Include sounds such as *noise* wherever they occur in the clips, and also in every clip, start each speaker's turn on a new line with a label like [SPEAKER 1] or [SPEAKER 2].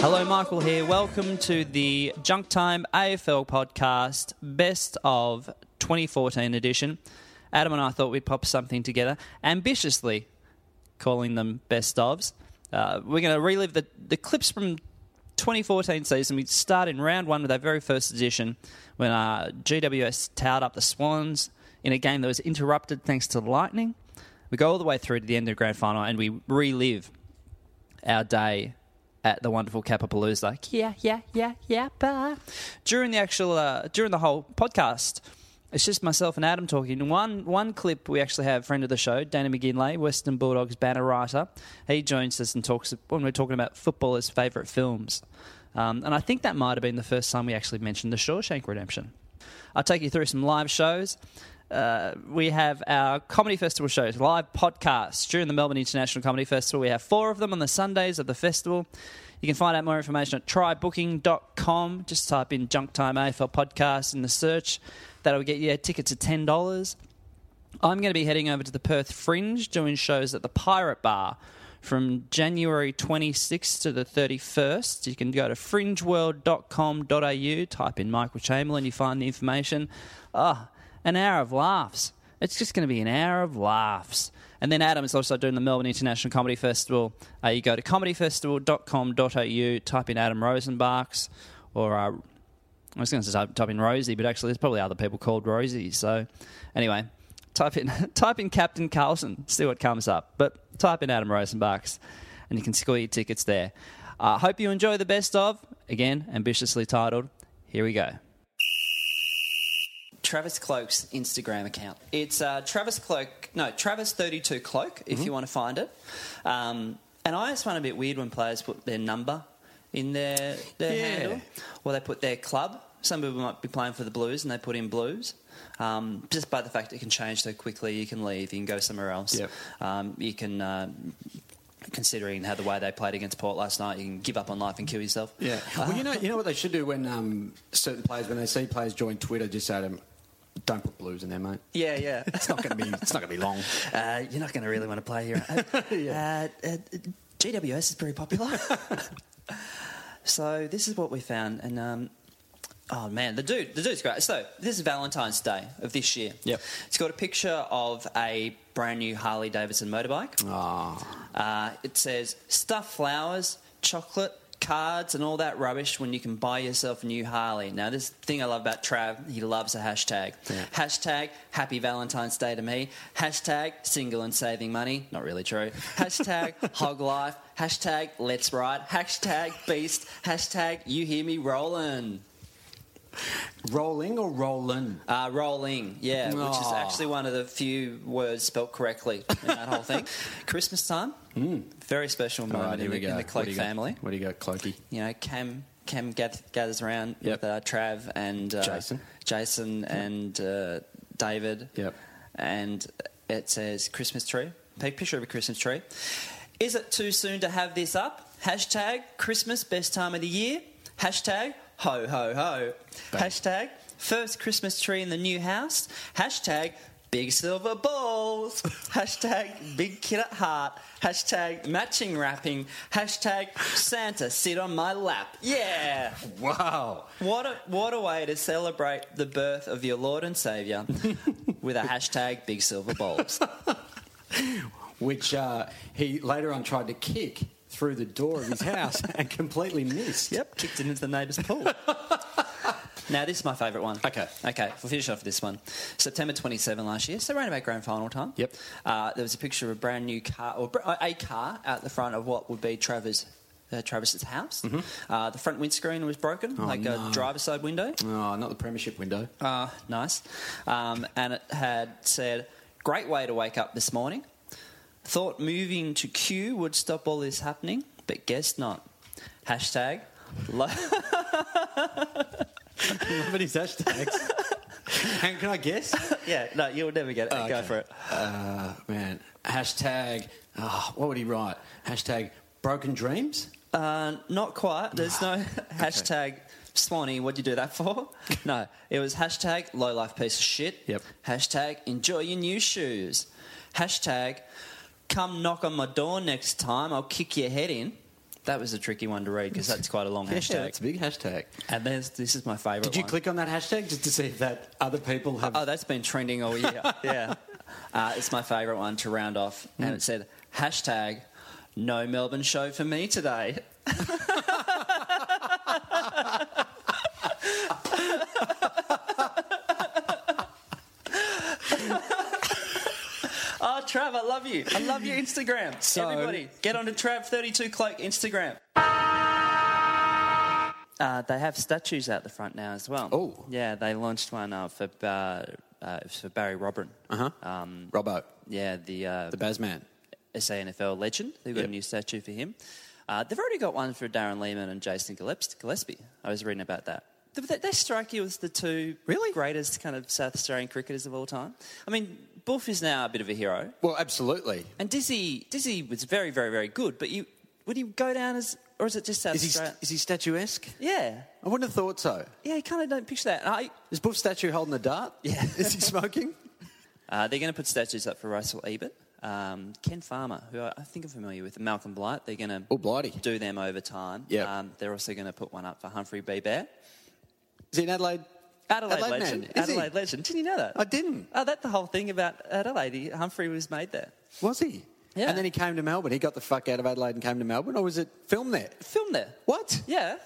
[SPEAKER 1] Hello, Michael here. Welcome to the Junk Time AFL podcast, best of 2014 edition. Adam and I thought we'd pop something together, ambitiously calling them best ofs. Uh, we're going to relive the, the clips from 2014 season. We start in round one with our very first edition when uh, GWS towered up the Swans in a game that was interrupted thanks to lightning. We go all the way through to the end of the grand final and we relive our day at the wonderful Capapalooza. Yeah, yeah, yeah, yeah. Bah. During the actual, uh, during the whole podcast, it's just myself and Adam talking. One one clip we actually have friend of the show, Danny McGinley, Western Bulldogs banner writer. He joins us and talks when we're talking about footballers' favourite films. Um, and I think that might have been the first time we actually mentioned The Shawshank Redemption. I'll take you through some live shows. Uh, we have our comedy festival shows, live podcasts during the Melbourne International Comedy Festival. We have four of them on the Sundays of the festival. You can find out more information at trybooking.com. Just type in Junk Time AFL Podcast in the search. That'll get you tickets at $10. I'm going to be heading over to the Perth Fringe doing shows at the Pirate Bar from January 26th to the 31st. You can go to fringeworld.com.au, type in Michael Chamberlain, you find the information. Ah, an hour of laughs. It's just going to be an hour of laughs. And then Adam is also doing the Melbourne International Comedy Festival. Uh, you go to comedyfestival.com.au, type in Adam Rosenbach's or uh, I was going to type, type in Rosie, but actually, there's probably other people called Rosie. So, anyway, type in *laughs* type in Captain Carlson, see what comes up. But type in Adam Rosenbach's, and you can score your tickets there. I hope you enjoy the best of again, ambitiously titled. Here we go. Travis Cloak's Instagram account. It's uh, Travis Cloak, no, Travis32 Cloak, if you want to find it. Um, and I just find it a bit weird when players put their number in their, their
[SPEAKER 2] Yeah.
[SPEAKER 1] handle or they put their club. Some people might be playing for the Blues and they put in Blues. Um, just by the fact it can change so quickly, you can leave, you can go somewhere else.
[SPEAKER 2] Yep.
[SPEAKER 1] Um, you can, uh, considering how the way they played against Port last night, you can give up on life and kill yourself.
[SPEAKER 2] Yeah. Well, you know, you know what they should do when um, certain players, when they see players join Twitter, just say to them, "Don't put blues in there, mate.
[SPEAKER 1] Yeah, yeah.
[SPEAKER 2] *laughs* It's not going to be. It's not going to be long."
[SPEAKER 1] uh, you're not going to really want to play here. Uh, uh, uh, GWS is pretty popular. *laughs* so this is what we found, and um, oh man, the dude, the dude's great. So this is Valentine's Day of this year.
[SPEAKER 2] Yep.
[SPEAKER 1] it's got a picture of a brand new Harley Davidson motorbike.
[SPEAKER 2] Ah.
[SPEAKER 1] Uh, it says stuff flowers, chocolate, cards, and all that rubbish when you can buy yourself a new Harley. Now, this thing I love about Trav, he loves a hashtag. Hashtag Happy Valentine's Day to me. Hashtag Single and Saving Money. Not really true. Hashtag *laughs* Hog Life. Hashtag Let's Ride. Hashtag Beast. Hashtag You Hear Me Rollin'.
[SPEAKER 2] Rolling or rolling?
[SPEAKER 1] Uh, rolling, yeah, which is
[SPEAKER 2] Aw.
[SPEAKER 1] actually one of the few words spelt correctly in that whole
[SPEAKER 2] *laughs*
[SPEAKER 1] thing. Christmas time, very special
[SPEAKER 2] Hmm. All
[SPEAKER 1] moment
[SPEAKER 2] right, here
[SPEAKER 1] in,
[SPEAKER 2] we
[SPEAKER 1] the,
[SPEAKER 2] go.
[SPEAKER 1] in the
[SPEAKER 2] What
[SPEAKER 1] Cloak
[SPEAKER 2] do you got?
[SPEAKER 1] family.
[SPEAKER 2] What do you got, Clokey?
[SPEAKER 1] You know, Cam Cam gath- gathers around
[SPEAKER 2] Yep.
[SPEAKER 1] with uh, Trav and uh,
[SPEAKER 2] Jason.
[SPEAKER 1] Jason and uh, David.
[SPEAKER 2] Yep.
[SPEAKER 1] And it says Christmas tree. Take a picture of a Christmas tree. Is it too soon to have this up? Hashtag Christmas best time of the year. Hashtag ho ho ho. Hashtag first Christmas tree in the new house. Hashtag big silver balls. Hashtag big kid at heart. Hashtag matching wrapping. Hashtag Santa sit on my lap. Yeah.
[SPEAKER 2] Wow.
[SPEAKER 1] What a, what a way to celebrate the birth of your Lord and
[SPEAKER 2] *laughs*
[SPEAKER 1] Saviour with a hashtag big silver bulbs.
[SPEAKER 2] Which uh, he later on tried to kick through the door of his house *laughs* and completely missed.
[SPEAKER 1] yep, kicked it into the neighbour's
[SPEAKER 2] *laughs*
[SPEAKER 1] pool. now, this is my favourite one.
[SPEAKER 2] Okay.
[SPEAKER 1] Okay, we'll finish off with this one. September 27 last year, so around about grand final time.
[SPEAKER 2] Yep.
[SPEAKER 1] Uh, there was a picture of a brand new car, or br- a car out the front of what would be Trevor's uh, Travis's house.
[SPEAKER 2] Mm-hmm.
[SPEAKER 1] Uh, the front windscreen was broken, like a driver's side window.
[SPEAKER 2] Oh, not the premiership window.
[SPEAKER 1] Uh, nice. Um, and it had said, Great way to wake up this morning. Thought moving to Q would stop all this happening, but guess not. Hashtag. Lo- *laughs*
[SPEAKER 2] But his *laughs* hashtags. and can I guess?
[SPEAKER 1] yeah, no, you'll never get it.
[SPEAKER 2] Oh,
[SPEAKER 1] Go
[SPEAKER 2] okay.
[SPEAKER 1] for it.
[SPEAKER 2] Uh, man. Hashtag. ah, what would he write? Hashtag broken dreams.
[SPEAKER 1] Uh, not quite. There's no *laughs* hashtag Swanee, what'd you do that
[SPEAKER 2] *laughs*
[SPEAKER 1] for? No, it was hashtag low life piece of shit.
[SPEAKER 2] Yep.
[SPEAKER 1] Hashtag enjoy your new shoes. Hashtag come knock on my door next time, I'll kick your head in. That was a tricky one to read because that's quite a long
[SPEAKER 2] *laughs* Yeah,
[SPEAKER 1] hashtag.
[SPEAKER 2] it's a big hashtag.
[SPEAKER 1] and there's, this is my favourite
[SPEAKER 2] Did you
[SPEAKER 1] one.
[SPEAKER 2] click on that hashtag just to see if that other people have?
[SPEAKER 1] Oh, that's been trending all year. *laughs* yeah. Mm. Uh, it's my favourite one to round off. And it said, hashtag, no Melbourne show for me today. *laughs* oh, Trav, I love you. I love your Instagram.
[SPEAKER 2] So-
[SPEAKER 1] Everybody, get onto Trav32 Cloak Instagram. Uh, they have statues out the front now as well.
[SPEAKER 2] Oh.
[SPEAKER 1] yeah, they launched one uh, for uh, uh, it was for Barry Robin.
[SPEAKER 2] Uh-huh.
[SPEAKER 1] Um,
[SPEAKER 2] Robbo,
[SPEAKER 1] yeah, the, uh,
[SPEAKER 2] the Bazman.
[SPEAKER 1] SANFL legend. They've got
[SPEAKER 2] Yep.
[SPEAKER 1] a new statue for him. Uh, they've already got one for Darren Lehman and Jason Gilles- Gillespie. I was reading about that. Th- They, they strike you as the two
[SPEAKER 2] Really?
[SPEAKER 1] greatest kind of South Australian cricketers of all time. I mean, Buff is now a bit of a hero,
[SPEAKER 2] Well, absolutely.
[SPEAKER 1] and Dizzy Dizzy was very, very, very good. But you would he go down as, or is it just South
[SPEAKER 2] Is he
[SPEAKER 1] Australia?
[SPEAKER 2] is he statuesque?
[SPEAKER 1] yeah,
[SPEAKER 2] I wouldn't have thought so.
[SPEAKER 1] yeah. You kind of don't picture that. And I,
[SPEAKER 2] Is Buff statue holding a dart? Yeah. *laughs* Is he smoking?
[SPEAKER 1] Uh, they're going to put statues up for Russell Ebert, um, Ken Farmer, who I, I think I'm familiar with, and Malcolm Blight. They're going to
[SPEAKER 2] Oh, Blighty.
[SPEAKER 1] do them over time.
[SPEAKER 2] Yep.
[SPEAKER 1] Um, they're also going to put one up for Humphrey B. Bear.
[SPEAKER 2] Is he in Adelaide?
[SPEAKER 1] Adelaide,
[SPEAKER 2] Adelaide
[SPEAKER 1] legend.
[SPEAKER 2] man, is he?
[SPEAKER 1] Adelaide legend. Didn't you know that?
[SPEAKER 2] I didn't.
[SPEAKER 1] Oh, that's the whole thing about Adelaide. He- Humphrey was made there.
[SPEAKER 2] Was he?
[SPEAKER 1] Yeah.
[SPEAKER 2] And then he came to Melbourne. He got the fuck out of Adelaide and came to Melbourne, or was it filmed there?
[SPEAKER 1] Filmed there.
[SPEAKER 2] What?
[SPEAKER 1] Yeah.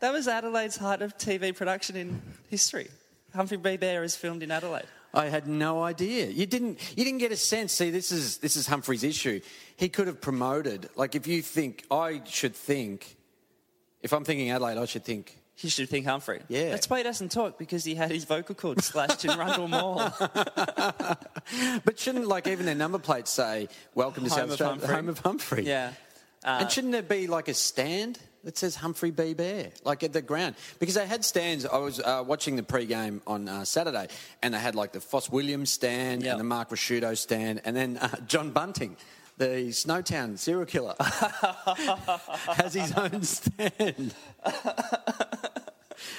[SPEAKER 1] That was Adelaide's height of TV production in history. Humphrey B. Bear is filmed in Adelaide.
[SPEAKER 2] I had no idea. You didn't. You didn't get a sense. See, this is this is Humphrey's issue. He could have promoted. Like, if you think I should think, if I'm thinking Adelaide, I should think.
[SPEAKER 1] He should think Humphrey.
[SPEAKER 2] Yeah.
[SPEAKER 1] That's why he doesn't talk, because he had his vocal cords slashed in Rundle
[SPEAKER 2] *laughs*
[SPEAKER 1] Mall.
[SPEAKER 2] But shouldn't like even their number plates say "Welcome to
[SPEAKER 1] Home
[SPEAKER 2] South
[SPEAKER 1] of
[SPEAKER 2] Australia,
[SPEAKER 1] Humphrey."
[SPEAKER 2] home of Humphrey"?
[SPEAKER 1] yeah.
[SPEAKER 2] and shouldn't there be like a stand that says Humphrey B. Bear, like at the ground? Because they had stands. I was uh, watching the pre-game on uh, Saturday, and they had like the Foss Williams stand
[SPEAKER 1] Yep.
[SPEAKER 2] and the Mark Rasciuto stand, and then uh, John Bunting. The Snowtown serial killer *laughs* has his own stand, *laughs*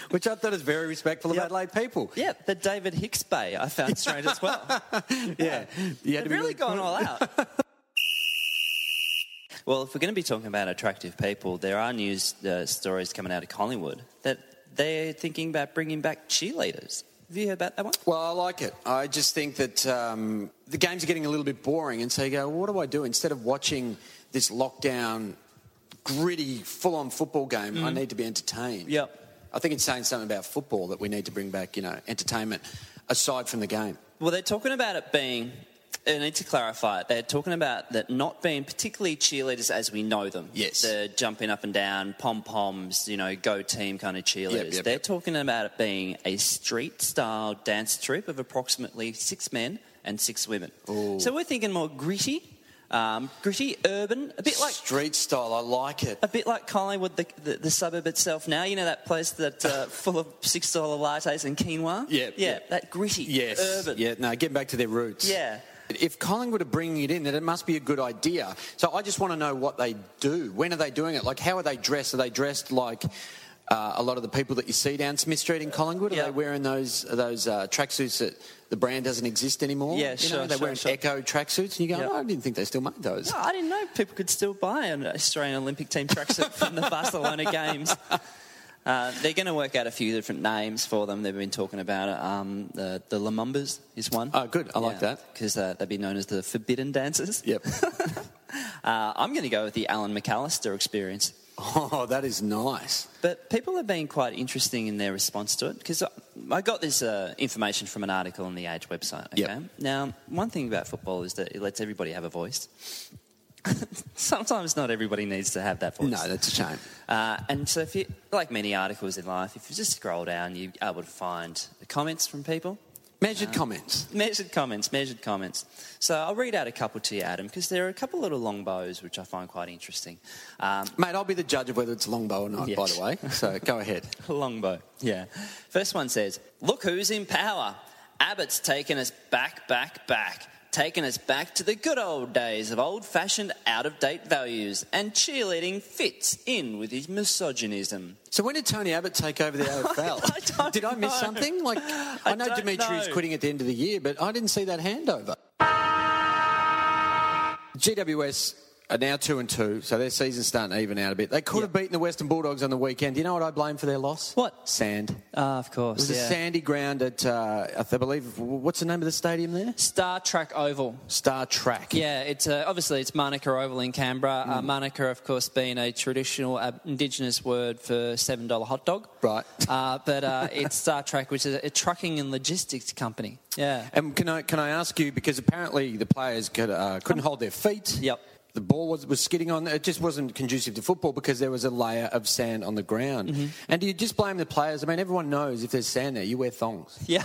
[SPEAKER 2] which I thought is very respectful of
[SPEAKER 1] Yep.
[SPEAKER 2] Adelaide people.
[SPEAKER 1] Yeah, the David Hicks Bay I found strange as well. *laughs*
[SPEAKER 2] yeah. You had
[SPEAKER 1] They've
[SPEAKER 2] to be
[SPEAKER 1] really gone all out. *laughs* well, if we're going to be talking about attractive people, there are news uh, stories coming out of Collingwood that they're thinking about bringing back cheerleaders. Have you heard about that one?
[SPEAKER 2] Well, I like it. I just think that um, the games are getting a little bit boring, and so you go, well, what do I do? Instead of watching this lockdown, gritty, full on football game, I need to be entertained.
[SPEAKER 1] Mm. Yep.
[SPEAKER 2] I think it's saying something about football that we need to bring back, you know, entertainment aside from the game.
[SPEAKER 1] Well, they're talking about it being. I need to clarify it. They're talking about that not being particularly cheerleaders as we know them.
[SPEAKER 2] Yes.
[SPEAKER 1] The jumping up and down, pom poms, you know, go team kind of cheerleaders.
[SPEAKER 2] yep,
[SPEAKER 1] they're
[SPEAKER 2] yep.
[SPEAKER 1] talking about it being a street style dance troupe of approximately six men and six women. So we're thinking more gritty, um, gritty, urban, a bit like
[SPEAKER 2] Street style, I like it.
[SPEAKER 1] a bit like Collingwood, the, the, the suburb itself now. You know that place that uh,
[SPEAKER 2] *laughs*
[SPEAKER 1] full of six dollar lattes and quinoa.
[SPEAKER 2] Yeah,
[SPEAKER 1] yeah,
[SPEAKER 2] yeah.
[SPEAKER 1] that gritty,
[SPEAKER 2] Yes.
[SPEAKER 1] urban.
[SPEAKER 2] Yeah, no, getting back to their roots.
[SPEAKER 1] Yeah.
[SPEAKER 2] If Collingwood are bringing it in, then it must be a good idea. So I just want to know what they do. When are they doing it? Like, how are they dressed? Are they dressed like uh, a lot of the people that you see down Smith Street in Collingwood? Are
[SPEAKER 1] Yeah.
[SPEAKER 2] they wearing those those uh, tracksuits that the brand doesn't exist anymore?
[SPEAKER 1] Yeah,
[SPEAKER 2] you
[SPEAKER 1] sure,
[SPEAKER 2] Know, they're
[SPEAKER 1] sure,
[SPEAKER 2] wearing
[SPEAKER 1] sure.
[SPEAKER 2] Echo tracksuits, and you go,
[SPEAKER 1] Yeah.
[SPEAKER 2] "Oh, I didn't think they still made
[SPEAKER 1] *laughs*
[SPEAKER 2] those.
[SPEAKER 1] No, Oh, I didn't know people could still buy an Australian Olympic team tracksuit from
[SPEAKER 2] *laughs*
[SPEAKER 1] the Barcelona Games. Uh, they're going to work out a few different names for them. They've been talking about it. Um, the the Lamumbas is one.
[SPEAKER 2] Oh, good. I like that.
[SPEAKER 1] because uh, they'd be known as the Forbidden Dancers.
[SPEAKER 2] Yep.
[SPEAKER 1] *laughs* Uh, I'm going to go with the Alan McAllister experience.
[SPEAKER 2] oh, that is nice.
[SPEAKER 1] But people have been quite interesting in their response to it because I got this uh, information from an article on the Age website. Okay?
[SPEAKER 2] Yep.
[SPEAKER 1] Now, one thing about football is that it lets everybody have a voice. *laughs* sometimes not everybody needs to have that voice.
[SPEAKER 2] No, that's a shame.
[SPEAKER 1] Uh, and so, if you, like many articles in life, if you just scroll down, you're able to find the comments from people.
[SPEAKER 2] Measured comments.
[SPEAKER 1] Measured comments, measured comments. So I'll read out a couple to you, Adam, because there are a couple little long bows which I find quite interesting. Um,
[SPEAKER 2] Mate, I'll be the judge of whether it's longbow or not,
[SPEAKER 1] Yes.
[SPEAKER 2] by the way. So go ahead.
[SPEAKER 1] long bow, yeah. First one says, Look who's in power. Abbott's taken us back, back, back. Taken us back to the good old days of old fashioned, out of date values, and cheerleading fits in with his misogynism.
[SPEAKER 2] So when did Tony Abbott take over
[SPEAKER 1] *laughs*
[SPEAKER 2] the
[SPEAKER 1] I
[SPEAKER 2] AFL?
[SPEAKER 1] don't
[SPEAKER 2] did I miss
[SPEAKER 1] know.
[SPEAKER 2] something? Like
[SPEAKER 1] I
[SPEAKER 2] I, know
[SPEAKER 1] don't
[SPEAKER 2] Dimitri's
[SPEAKER 1] know.
[SPEAKER 2] quitting at the end of the year, but I didn't see that handover. GWS are now two and two, so their season's starting to even out a bit. They could have beaten the Western Bulldogs on the weekend. Do you know what I blame for their loss?
[SPEAKER 1] What?
[SPEAKER 2] Sand.
[SPEAKER 1] Ah, of
[SPEAKER 2] It was
[SPEAKER 1] course.
[SPEAKER 2] a
[SPEAKER 1] yeah.
[SPEAKER 2] sandy ground at, uh, I th- believe, what's the name of the stadium there?
[SPEAKER 1] Star Trek Oval.
[SPEAKER 2] Star Track.
[SPEAKER 1] Yeah, it's uh, obviously it's Manuka Oval in Canberra.
[SPEAKER 2] Mm.
[SPEAKER 1] Uh, Manuka, of course, being a traditional uh, Indigenous word for seven dollar hot dog.
[SPEAKER 2] Right.
[SPEAKER 1] Uh, but uh, it's Star Trek, which is a, a trucking and logistics company. Yeah.
[SPEAKER 2] And Um, can I can I ask you because apparently the players could, uh, couldn't hold their feet.
[SPEAKER 1] Yep.
[SPEAKER 2] The ball was, was skidding on. It just wasn't conducive to football because there was a layer of sand on the ground.
[SPEAKER 1] Mm-hmm.
[SPEAKER 2] And do you just blame the players? I mean, everyone knows if there's sand there, you wear thongs.
[SPEAKER 1] *laughs* Yeah.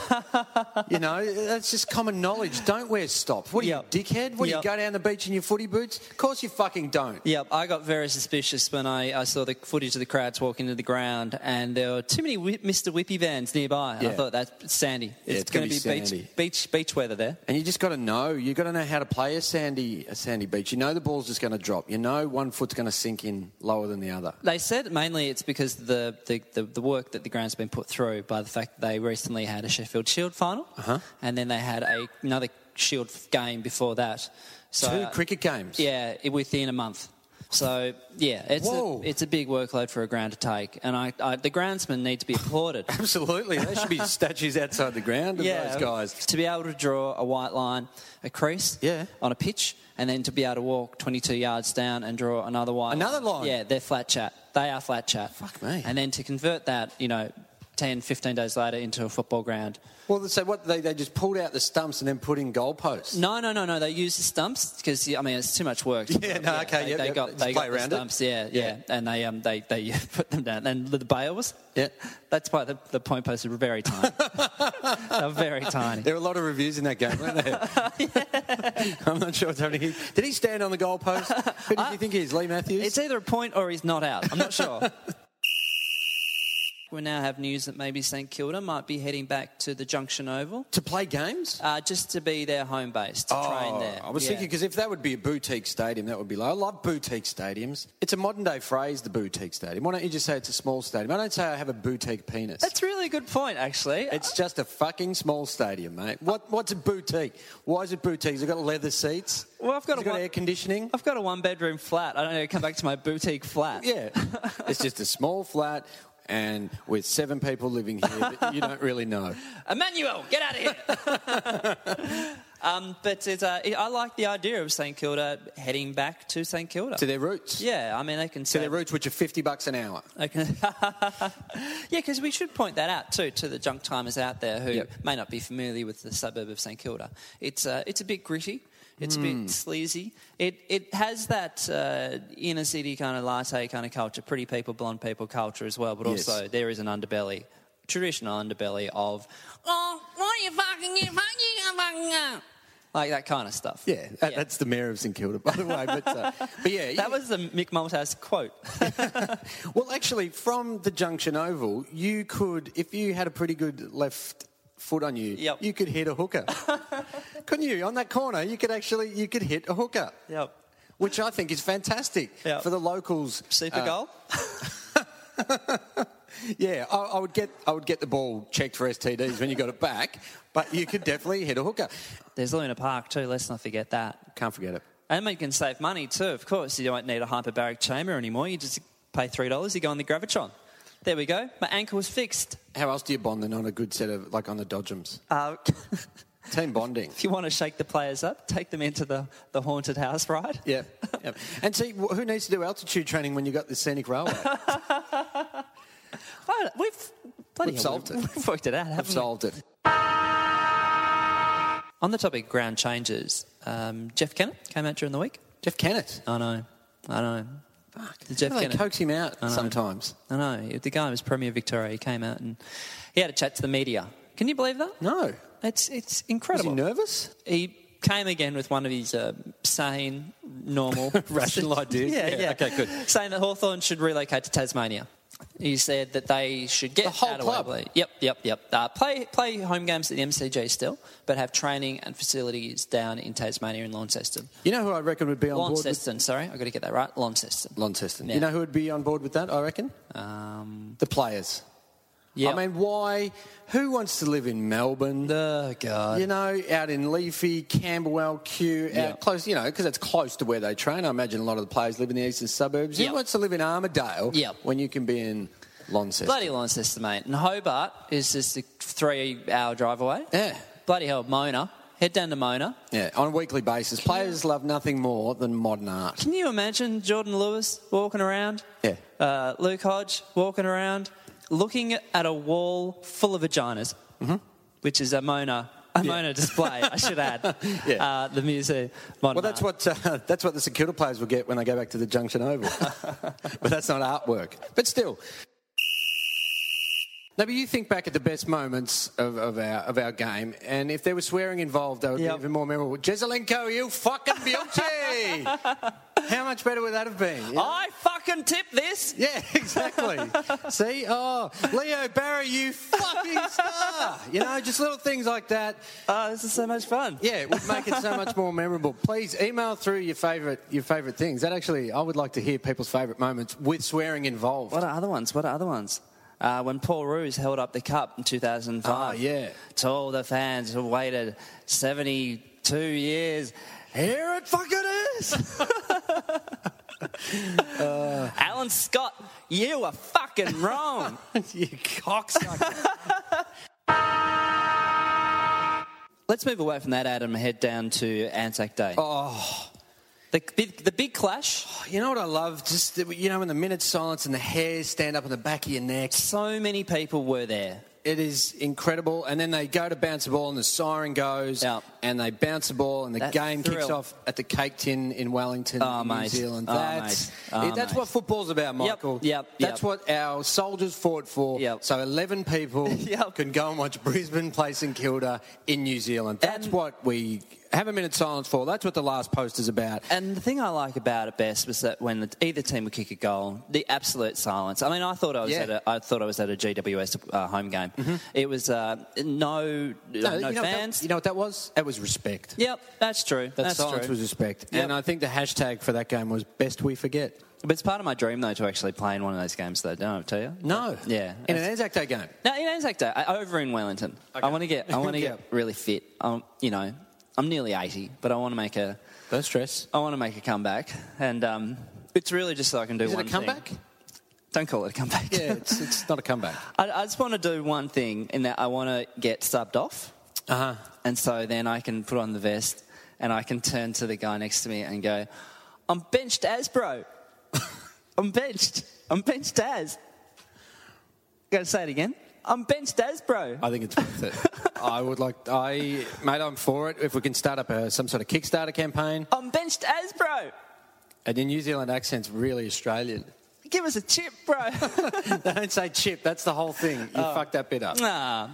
[SPEAKER 2] You know, that's just common knowledge. Don't wear stops. What are
[SPEAKER 1] Yep.
[SPEAKER 2] you, dickhead? What
[SPEAKER 1] Yep.
[SPEAKER 2] do you go down the beach in your footy boots? Of course you fucking don't.
[SPEAKER 1] Yep, I got very suspicious when I, I saw the footage of the crowds walking to the ground, and there were too many Whi- Mr. Whippy vans nearby. I
[SPEAKER 2] Yeah.
[SPEAKER 1] thought that's sandy.
[SPEAKER 2] it's gonna
[SPEAKER 1] gonna
[SPEAKER 2] be sandy.
[SPEAKER 1] beach, beach beach weather there.
[SPEAKER 2] And you just got to know. You got to know how to play a sandy a sandy beach. You know the ball's just going to drop. You know one foot's going to sink in lower than the other.
[SPEAKER 1] They said mainly it's because the, the, the, the work that the ground's been put through by the fact that they recently had a Sheffield Shield final,
[SPEAKER 2] Uh-huh.
[SPEAKER 1] and then they had a, another Shield game before that. So, uh,
[SPEAKER 2] Two cricket games.
[SPEAKER 1] Yeah, i- within a month. So yeah, it's a,
[SPEAKER 2] Whoa.
[SPEAKER 1] it's a big workload for a ground to take, and I, I the groundsmen need to be
[SPEAKER 2] *laughs*
[SPEAKER 1] applauded.
[SPEAKER 2] Absolutely.
[SPEAKER 1] *laughs*
[SPEAKER 2] There should be statues outside the ground of those guys.
[SPEAKER 1] To be able to draw a white line, a crease
[SPEAKER 2] Yeah.
[SPEAKER 1] on a pitch, and then to be able to walk 22 yards down and draw another white
[SPEAKER 2] Another line?
[SPEAKER 1] Yeah, they're flat chat. They are flat chat.
[SPEAKER 2] Fuck me.
[SPEAKER 1] And then to convert that, you know, 10, 15 days later into a football ground.
[SPEAKER 2] Well, so what they, they just pulled out the stumps and then put in goalposts.
[SPEAKER 1] No, no, no, no. They use the stumps because, I mean, it's too much work.
[SPEAKER 2] *laughs* Yeah, no, okay,
[SPEAKER 1] They,
[SPEAKER 2] yeah,
[SPEAKER 1] they
[SPEAKER 2] yeah,
[SPEAKER 1] got,
[SPEAKER 2] just
[SPEAKER 1] they got
[SPEAKER 2] play
[SPEAKER 1] the
[SPEAKER 2] around it.
[SPEAKER 1] stumps, yeah, yeah, And they, um, they, *laughs* they put them down. And the bales,
[SPEAKER 2] Yeah.
[SPEAKER 1] that's why the, the point posts are very
[SPEAKER 2] *laughs*
[SPEAKER 1] tiny. They're very tiny.
[SPEAKER 2] There were a lot of reviews in that game,
[SPEAKER 1] *laughs*
[SPEAKER 2] weren't there? I'm not sure what's happening. Did he stand on the goalpost?
[SPEAKER 1] *laughs*
[SPEAKER 2] Who did you think he is? Lee Matthews?
[SPEAKER 1] It's either a point or he's not out. I'm not sure. *laughs* we now have news that maybe St Kilda might be heading back to the Junction Oval
[SPEAKER 2] to play games?
[SPEAKER 1] uh, just to be their home base, to train there.
[SPEAKER 2] Oh, I
[SPEAKER 1] Oh,
[SPEAKER 2] was
[SPEAKER 1] Yeah.
[SPEAKER 2] thinking because if that would be a boutique stadium, that would be low. I love boutique stadiums. It's a modern day phrase, the boutique stadium. Why don't you just say it's a small stadium? I don't say I have a boutique penis.
[SPEAKER 1] That's really a good point, actually.
[SPEAKER 2] It's just a fucking small stadium, mate. What, what's a boutique? Why is it boutique? Has it got leather
[SPEAKER 1] Uh,
[SPEAKER 2] seats?
[SPEAKER 1] Well, I've got
[SPEAKER 2] Has
[SPEAKER 1] a
[SPEAKER 2] it got
[SPEAKER 1] one-
[SPEAKER 2] air conditioning?
[SPEAKER 1] I've got a one bedroom flat. I don't know, come back to my boutique flat. *laughs*
[SPEAKER 2] Yeah. it's just a small flat and with seven people living here that you don't really know.
[SPEAKER 1] Emmanuel, get out of here. *laughs* um, but it's, uh, I like the idea of St Kilda heading back to St Kilda.
[SPEAKER 2] To their roots.
[SPEAKER 1] yeah, I mean, they can
[SPEAKER 2] To
[SPEAKER 1] say
[SPEAKER 2] their roots, which are 50 bucks an hour.
[SPEAKER 1] Okay. *laughs* yeah, because we should point that out too to the junk timers out there who
[SPEAKER 2] Yep.
[SPEAKER 1] may not be familiar with the suburb of St Kilda. It's uh, it's a bit gritty. It's a
[SPEAKER 2] Hmm.
[SPEAKER 1] bit sleazy. It it has that uh, inner city kind of latte kind of culture, pretty people, blonde people culture as well. But
[SPEAKER 2] Yes.
[SPEAKER 1] also there is an underbelly, traditional underbelly of
[SPEAKER 3] Oh, what are you fucking you fucking fucking up?
[SPEAKER 1] like that kind of stuff.
[SPEAKER 2] Yeah, that, that's the mayor of St Kilda, by the way. But, uh, but yeah,
[SPEAKER 1] That was the Mick Malthouse quote.
[SPEAKER 2] well, actually, from the Junction Oval, you could, if you had a pretty good left foot on you,
[SPEAKER 1] Yep.
[SPEAKER 2] you could hit a
[SPEAKER 1] *laughs*
[SPEAKER 2] hooker, couldn't you? On that corner, you could actually you could hit a hooker.
[SPEAKER 1] yep.
[SPEAKER 2] which I think is fantastic
[SPEAKER 1] Yep.
[SPEAKER 2] for the locals.
[SPEAKER 1] *laughs* Super
[SPEAKER 2] Uh,
[SPEAKER 1] goal.
[SPEAKER 2] Yeah, I, I would get I would get the ball checked for STDs when you got it back, but you could definitely hit a hooker.
[SPEAKER 1] There's Luna Park too. Let's not forget that.
[SPEAKER 2] Can't forget it.
[SPEAKER 1] And we can save money too, of course. You don't need a hyperbaric chamber anymore. You just pay three dollars. You go on the gravitron. There we go. My ankle's fixed.
[SPEAKER 2] How else do you bond than on a good set of like on the dodgems?
[SPEAKER 1] Uh, *laughs*
[SPEAKER 2] Team bonding.
[SPEAKER 1] if you want to shake the players up, take them into the, the haunted house ride.
[SPEAKER 2] *laughs* Yeah. Yep. And see, wh- who needs to do altitude training when you got the
[SPEAKER 1] *laughs*
[SPEAKER 2] scenic railway?
[SPEAKER 1] Oh, we've bloody
[SPEAKER 2] We've
[SPEAKER 1] hell,
[SPEAKER 2] solved
[SPEAKER 1] we've,
[SPEAKER 2] it.
[SPEAKER 1] We've *laughs* worked it out. haven't
[SPEAKER 2] I've
[SPEAKER 1] we?
[SPEAKER 2] solved it.
[SPEAKER 1] On the topic of ground changes, um, Jeff Kennett came out during the week
[SPEAKER 2] Jeff Kennett.
[SPEAKER 1] I know. I know.
[SPEAKER 2] Fuck.
[SPEAKER 1] The Jeff
[SPEAKER 2] How do they
[SPEAKER 1] Kennett.
[SPEAKER 2] coax him out
[SPEAKER 1] I know.
[SPEAKER 2] sometimes.
[SPEAKER 1] I know. The guy was Premier Victoria. He came out and he had a chat to the media. Can you believe that?
[SPEAKER 2] No.
[SPEAKER 1] It's it's
[SPEAKER 2] Was he
[SPEAKER 1] incredible.
[SPEAKER 2] nervous?
[SPEAKER 1] he came again with one of his uh, sane, normal,
[SPEAKER 2] *laughs*
[SPEAKER 1] *laughs*
[SPEAKER 2] Rational ideas?
[SPEAKER 1] Yeah,
[SPEAKER 2] Yeah,
[SPEAKER 1] yeah,
[SPEAKER 2] okay, good.
[SPEAKER 1] Saying that Hawthorn should relocate to Tasmania. He said that they should get
[SPEAKER 2] The whole
[SPEAKER 1] out of
[SPEAKER 2] club?
[SPEAKER 1] Waverley. Yep, yep, yep. Uh, play play home games at the MCG still, but have training and facilities down in Tasmania in Launceston.
[SPEAKER 2] You know who I reckon would be on board with
[SPEAKER 1] Launceston, sorry, I've got to get that right. Launceston.
[SPEAKER 2] Launceston.
[SPEAKER 1] Yeah.
[SPEAKER 2] You know who would be on board with that, I reckon?
[SPEAKER 1] Um,
[SPEAKER 2] The players.
[SPEAKER 1] yeah.
[SPEAKER 2] I mean, why? Who wants to live in Melbourne?
[SPEAKER 1] oh god.
[SPEAKER 2] you know, out in Leafy, Camberwell, Kew, out
[SPEAKER 1] Yeah.
[SPEAKER 2] close, you know, because it's close to where they train. I imagine a lot of the players live in the eastern suburbs.
[SPEAKER 1] Yeah.
[SPEAKER 2] Who wants to live in Armadale
[SPEAKER 1] Yeah.
[SPEAKER 2] when you can be in Launceston?
[SPEAKER 1] Bloody Launceston, mate. And Hobart is just a three-hour drive away.
[SPEAKER 2] Yeah.
[SPEAKER 1] Bloody hell, Mona. Head down to Mona.
[SPEAKER 2] Yeah, on a weekly basis. Players love nothing more than modern art.
[SPEAKER 1] Can you imagine Jordan Lewis walking around?
[SPEAKER 2] Yeah.
[SPEAKER 1] Uh, Luke Hodge walking around, looking at a wall full of vaginas,
[SPEAKER 2] Mm-hmm.
[SPEAKER 1] which is a Mona, a Mona display, I
[SPEAKER 2] *laughs*
[SPEAKER 1] should add.
[SPEAKER 2] Yeah.
[SPEAKER 1] uh, the museum. Modern
[SPEAKER 2] Well, that's
[SPEAKER 1] art.
[SPEAKER 2] what uh, *laughs* that's what the St Kilda players will get when they go back to the Junction Oval. *laughs* but that's not artwork. But still. Now, but you think back at the best moments of, of our of our game, and if there was swearing involved, that would
[SPEAKER 1] Yep.
[SPEAKER 2] be even more memorable. Jezelenko, you fucking beauty! How much better would that have been? you know?
[SPEAKER 1] I fucking tip this.
[SPEAKER 2] Yeah, *laughs* exactly. See, oh, Leo Barry, you fucking star! You know, just little things like that.
[SPEAKER 1] Oh, this is so much fun.
[SPEAKER 2] Yeah, it would make it so much more memorable. Please email through your favourite your favourite things. That actually, I would like to hear people's favourite moments with swearing involved.
[SPEAKER 1] What are other ones? What are other ones? Uh, when Paul Roos held up the cup in 2005.
[SPEAKER 2] Ah, yeah.
[SPEAKER 1] To all the fans who waited 72 years. Here it fucking is! *laughs* Uh, Alan Scott, you were fucking wrong. *laughs*
[SPEAKER 2] *laughs* you *laughs* cocksucker!
[SPEAKER 1] Let's move away from that, Adam, and head down to Anzac Day. Oh. The, big- the big clash.
[SPEAKER 2] you know what I love? Just that, you know, when the minute's silence and the hairs stand up on the back of your neck.
[SPEAKER 1] So many people were there.
[SPEAKER 2] It is incredible. And then they go to bounce the ball, and the siren goes,
[SPEAKER 1] Yeah.
[SPEAKER 2] and they bounce the ball, and the
[SPEAKER 1] That
[SPEAKER 2] game kicks
[SPEAKER 1] thrill.
[SPEAKER 2] off at the Cake Tin in Wellington,
[SPEAKER 1] Oh,
[SPEAKER 2] New
[SPEAKER 1] mate.
[SPEAKER 2] Zealand.
[SPEAKER 1] Oh,
[SPEAKER 2] That's
[SPEAKER 1] mate. Oh,
[SPEAKER 2] it- that's
[SPEAKER 1] mate.
[SPEAKER 2] what football's about, Michael.
[SPEAKER 1] yep,
[SPEAKER 2] That's
[SPEAKER 1] yep.
[SPEAKER 2] what our soldiers fought for.
[SPEAKER 1] Yep.
[SPEAKER 2] So eleven people
[SPEAKER 1] *laughs* Yep.
[SPEAKER 2] can go and watch Brisbane play St Kilda in New Zealand. That's
[SPEAKER 1] And-
[SPEAKER 2] what we have a minute's silence for. That's what the last post is about.
[SPEAKER 1] And the thing I like about it best was that when the, either team would kick a goal, the absolute silence. I mean, I thought I was
[SPEAKER 2] Yeah. Mm-hmm.
[SPEAKER 1] at a, I thought I was at a GWS uh, home game. It was uh, no no,
[SPEAKER 2] you know what that-
[SPEAKER 1] fans.
[SPEAKER 2] you know what that was? That was respect.
[SPEAKER 1] Yep, that's true.
[SPEAKER 2] That
[SPEAKER 1] that's
[SPEAKER 2] silence
[SPEAKER 1] true.
[SPEAKER 2] was respect.
[SPEAKER 1] Yep.
[SPEAKER 2] And I think the hashtag for that game was best we forget.
[SPEAKER 1] But it's part of my dream though to actually play in one of those games though. Don't I tell you?
[SPEAKER 2] No.
[SPEAKER 1] Yeah.
[SPEAKER 2] In an Anzac Day game.
[SPEAKER 1] No, in Anzac Day, I, over in Wellington. I want to get I want to
[SPEAKER 2] *laughs* Yeah.
[SPEAKER 1] get really fit. Um, you know, I'm nearly eighty, but I want to make a
[SPEAKER 2] No stress.
[SPEAKER 1] I want to make a comeback, and um, it's really just so I can do
[SPEAKER 2] Is it
[SPEAKER 1] one
[SPEAKER 2] a comeback?
[SPEAKER 1] Thing. Don't call it a comeback.
[SPEAKER 2] *laughs* Yeah, it's, it's not a comeback.
[SPEAKER 1] I, I just want to do one thing in that I want to get subbed off.
[SPEAKER 2] Uh-huh.
[SPEAKER 1] And so then I can put on the vest and I can turn to the guy next to me and go, I'm benched as, bro. *laughs* I'm benched. I'm benched as. Gotta say it again. I'm benched as, bro.
[SPEAKER 2] I think it's worth it. I would like, I, mate, I'm for it. If we can start up a, some sort of Kickstarter campaign,
[SPEAKER 1] I'm benched as, bro.
[SPEAKER 2] and your New Zealand accent's really Australian. *laughs*
[SPEAKER 1] Give us a chip, bro. *laughs*
[SPEAKER 2] they don't say chip. That's the whole thing. You fucked that bit up.
[SPEAKER 1] nah.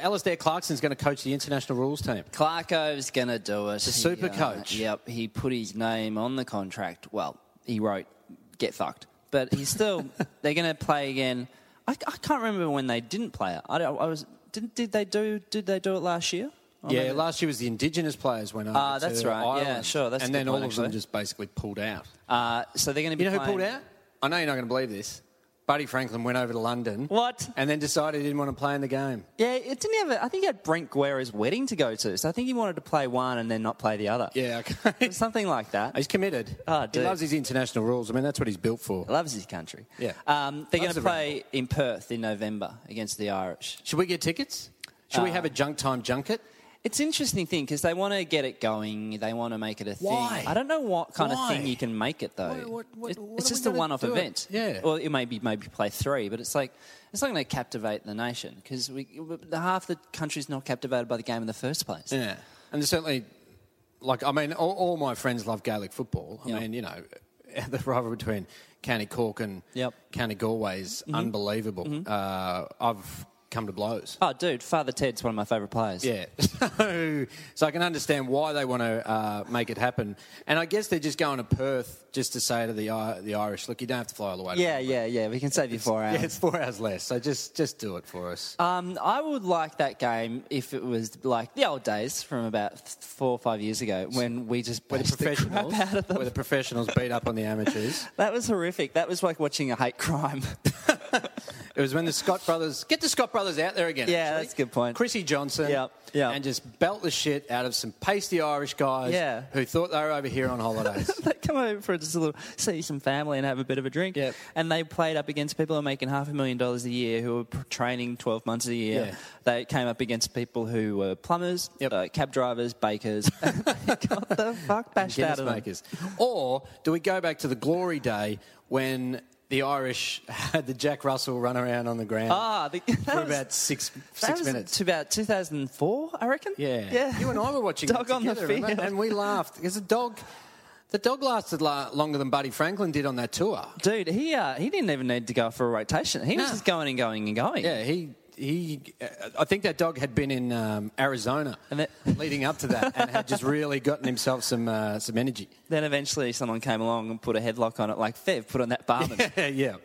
[SPEAKER 2] Alistair Clarkson's going to coach the international rules team.
[SPEAKER 1] Clarko's going to do it. The
[SPEAKER 2] super coach.
[SPEAKER 1] Yep, he put his name on the contract. Well, he wrote, get fucked. But he's
[SPEAKER 2] *laughs*
[SPEAKER 1] still, they're going to play again. I, I can't remember when they didn't play it. I, don't- I was, did, did they do, did they do it last year? I
[SPEAKER 2] yeah,
[SPEAKER 1] remember-
[SPEAKER 2] last year was the Indigenous players went over
[SPEAKER 1] Ah, that's
[SPEAKER 2] to
[SPEAKER 1] right. Yeah,
[SPEAKER 2] Ireland,
[SPEAKER 1] sure, that's a
[SPEAKER 2] and
[SPEAKER 1] good
[SPEAKER 2] then
[SPEAKER 1] point,
[SPEAKER 2] all of
[SPEAKER 1] actually.
[SPEAKER 2] them just basically pulled out.
[SPEAKER 1] Uh, so they're going to be
[SPEAKER 2] You know who
[SPEAKER 1] playing-
[SPEAKER 2] pulled out? I know you're not going to believe this. Buddy Franklin went over to London.
[SPEAKER 1] What?
[SPEAKER 2] And then decided he didn't want to play in the game.
[SPEAKER 1] Yeah, it didn't have a, I think he had Brent Guerra's wedding to go to. So I think he wanted to play one and then not play the other.
[SPEAKER 2] Yeah,
[SPEAKER 1] *laughs*
[SPEAKER 2] okay.
[SPEAKER 1] Something like that.
[SPEAKER 2] He's committed.
[SPEAKER 1] Oh,
[SPEAKER 2] he
[SPEAKER 1] dude.
[SPEAKER 2] loves his international rules. I mean, that's what he's built for.
[SPEAKER 1] Loves his country.
[SPEAKER 2] Yeah.
[SPEAKER 1] Um, they're going
[SPEAKER 2] Loves
[SPEAKER 1] to
[SPEAKER 2] the
[SPEAKER 1] play in Perth in November against the Irish.
[SPEAKER 2] Should we get tickets? Should we have a junk time junket?
[SPEAKER 1] It's an interesting thing because they want to get it going. They want to make it a thing.
[SPEAKER 2] Why?
[SPEAKER 1] I don't know what kind
[SPEAKER 2] Why?
[SPEAKER 1] of thing you can make it though.
[SPEAKER 2] What- what- what-
[SPEAKER 1] It-
[SPEAKER 2] what
[SPEAKER 1] it's
[SPEAKER 2] are we
[SPEAKER 1] just a
[SPEAKER 2] gonna
[SPEAKER 1] one-off
[SPEAKER 2] do it?
[SPEAKER 1] event.
[SPEAKER 2] Yeah.
[SPEAKER 1] Well, it may be maybe play three, but it's like it's not going to captivate the nation because we the half the country's not captivated by the game in the first place.
[SPEAKER 2] Yeah. And there's certainly Like, I mean, all, all my friends love Gaelic football. I mean, you know, *laughs* the rivalry between County Cork and
[SPEAKER 1] Yep.
[SPEAKER 2] County Galway is unbelievable. Uh, I've come to blows.
[SPEAKER 1] Oh, dude, Father Ted's one of my favourite players.
[SPEAKER 2] Yeah. *laughs* So, so I can understand why they want to uh, make it happen. And I guess they're just going to Perth just to say to the, I the Irish, look, you don't have to fly all the way to
[SPEAKER 1] Yeah, yeah, yeah. We can save you four hours.
[SPEAKER 2] Yeah, *laughs* it's four hours less, so just just do it for us.
[SPEAKER 1] Um, I would like that game if it was like the old days from about th- four or five years ago when we just
[SPEAKER 2] where the
[SPEAKER 1] bashed the crap
[SPEAKER 2] professionals,
[SPEAKER 1] out of them.
[SPEAKER 2] where the professionals beat up on the
[SPEAKER 1] *laughs*
[SPEAKER 2] amateurs.
[SPEAKER 1] That was horrific. That was like watching a hate crime. *laughs*
[SPEAKER 2] It was when the Scott brothers get the Scott brothers out there again.
[SPEAKER 1] Yeah,
[SPEAKER 2] actually.
[SPEAKER 1] that's a good point.
[SPEAKER 2] Chrissy Johnson.
[SPEAKER 1] Yep, yep.
[SPEAKER 2] And just belt the shit out of some pasty Irish guys.
[SPEAKER 1] Yeah.
[SPEAKER 2] Who thought they were over here on holidays.
[SPEAKER 1] they come over for just a little see some family and have a bit of a drink.
[SPEAKER 2] Yep.
[SPEAKER 1] And they played up against people who are making half a million dollars a year, who were pr- training twelve months a year.
[SPEAKER 2] Yeah.
[SPEAKER 1] They came up against people who were plumbers,
[SPEAKER 2] Yep.
[SPEAKER 1] uh, cab drivers, bakers. *laughs* And they got the fuck bashed out
[SPEAKER 2] Guinness
[SPEAKER 1] of them.
[SPEAKER 2] makers. Or do we go back to the glory day when? The Irish *laughs* had the Jack Russell run around on the ground
[SPEAKER 1] Ah, the, *laughs*
[SPEAKER 2] for
[SPEAKER 1] that was-
[SPEAKER 2] about six
[SPEAKER 1] that
[SPEAKER 2] six
[SPEAKER 1] was
[SPEAKER 2] minutes.
[SPEAKER 1] To about 2004, I reckon.
[SPEAKER 2] Yeah.
[SPEAKER 1] yeah.
[SPEAKER 2] You and I
[SPEAKER 1] *laughs*
[SPEAKER 2] were watching
[SPEAKER 1] Dog
[SPEAKER 2] that
[SPEAKER 1] on the
[SPEAKER 2] together,
[SPEAKER 1] field,
[SPEAKER 2] remember? and we laughed because the dog, the dog lasted la- longer than Buddy Franklin did on that tour.
[SPEAKER 1] Dude, he uh, he didn't even need to go for a rotation. He was
[SPEAKER 2] No.
[SPEAKER 1] just going and going and going.
[SPEAKER 2] Yeah, he he. Uh, I think that dog had been in um, Arizona
[SPEAKER 1] And it-
[SPEAKER 2] leading up to that, and
[SPEAKER 1] *laughs*
[SPEAKER 2] had just really gotten himself some uh, some energy.
[SPEAKER 1] Then eventually someone came along and put a headlock on it, like Fev put on that *laughs* barman.
[SPEAKER 2] *laughs* yeah.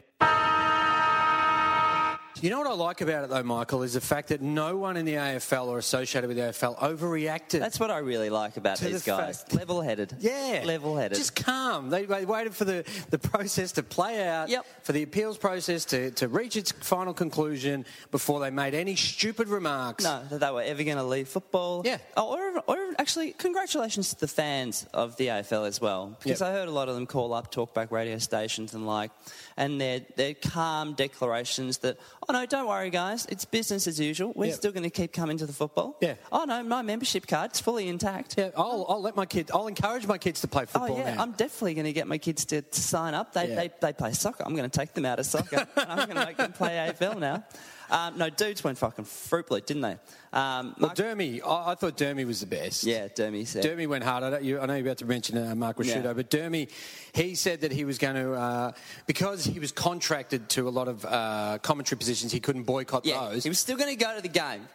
[SPEAKER 2] You know what I like about it though, Michael, is the fact that no one in the AFL or associated with the AFL overreacted.
[SPEAKER 1] That's what I really like about
[SPEAKER 2] To
[SPEAKER 1] these
[SPEAKER 2] the
[SPEAKER 1] guys.
[SPEAKER 2] fact-
[SPEAKER 1] Level *laughs* headed.
[SPEAKER 2] Yeah.
[SPEAKER 1] Level headed. *laughs*
[SPEAKER 2] Just calm. They, they waited for the, the process to play out,
[SPEAKER 1] Yep.
[SPEAKER 2] for the appeals process to, to reach its final conclusion before they made any stupid remarks.
[SPEAKER 1] No, that they were ever going to leave football.
[SPEAKER 2] Yeah.
[SPEAKER 1] Oh, or, or actually, congratulations to the fans of the AFL as well, because
[SPEAKER 2] Yep.
[SPEAKER 1] I heard a lot of them call up talkback radio stations and like, and their their calm declarations that, oh no, don't worry guys, it's business as usual. We're
[SPEAKER 2] Yep.
[SPEAKER 1] still going to keep coming to the football.
[SPEAKER 2] Yeah.
[SPEAKER 1] Oh no, my membership card's fully intact.
[SPEAKER 2] Yeah, I'll, I'll let my kids, I'll encourage my kids to play football
[SPEAKER 1] Oh yeah,
[SPEAKER 2] now.
[SPEAKER 1] I'm definitely going to get my kids to, to sign up. They,
[SPEAKER 2] Yeah.
[SPEAKER 1] they they play soccer. I'm going to take them out of
[SPEAKER 2] *laughs*
[SPEAKER 1] soccer. and I'm going to make them play AFL now. Um, no, dudes went fucking fruit blue, didn't they? Um,
[SPEAKER 2] well,
[SPEAKER 1] Mark-
[SPEAKER 2] Dermy, I, I thought Dermy was the best.
[SPEAKER 1] yeah, Dermy said.
[SPEAKER 2] Dermy went hard. I, don't, you, I know you're about to mention uh, Mark Rusciuto,
[SPEAKER 1] Yeah.
[SPEAKER 2] but Dermy, he said that he was going to, uh, because he was contracted to a lot of uh, commentary positions, he couldn't boycott
[SPEAKER 1] yeah,
[SPEAKER 2] those.
[SPEAKER 1] he was still going to go to the game.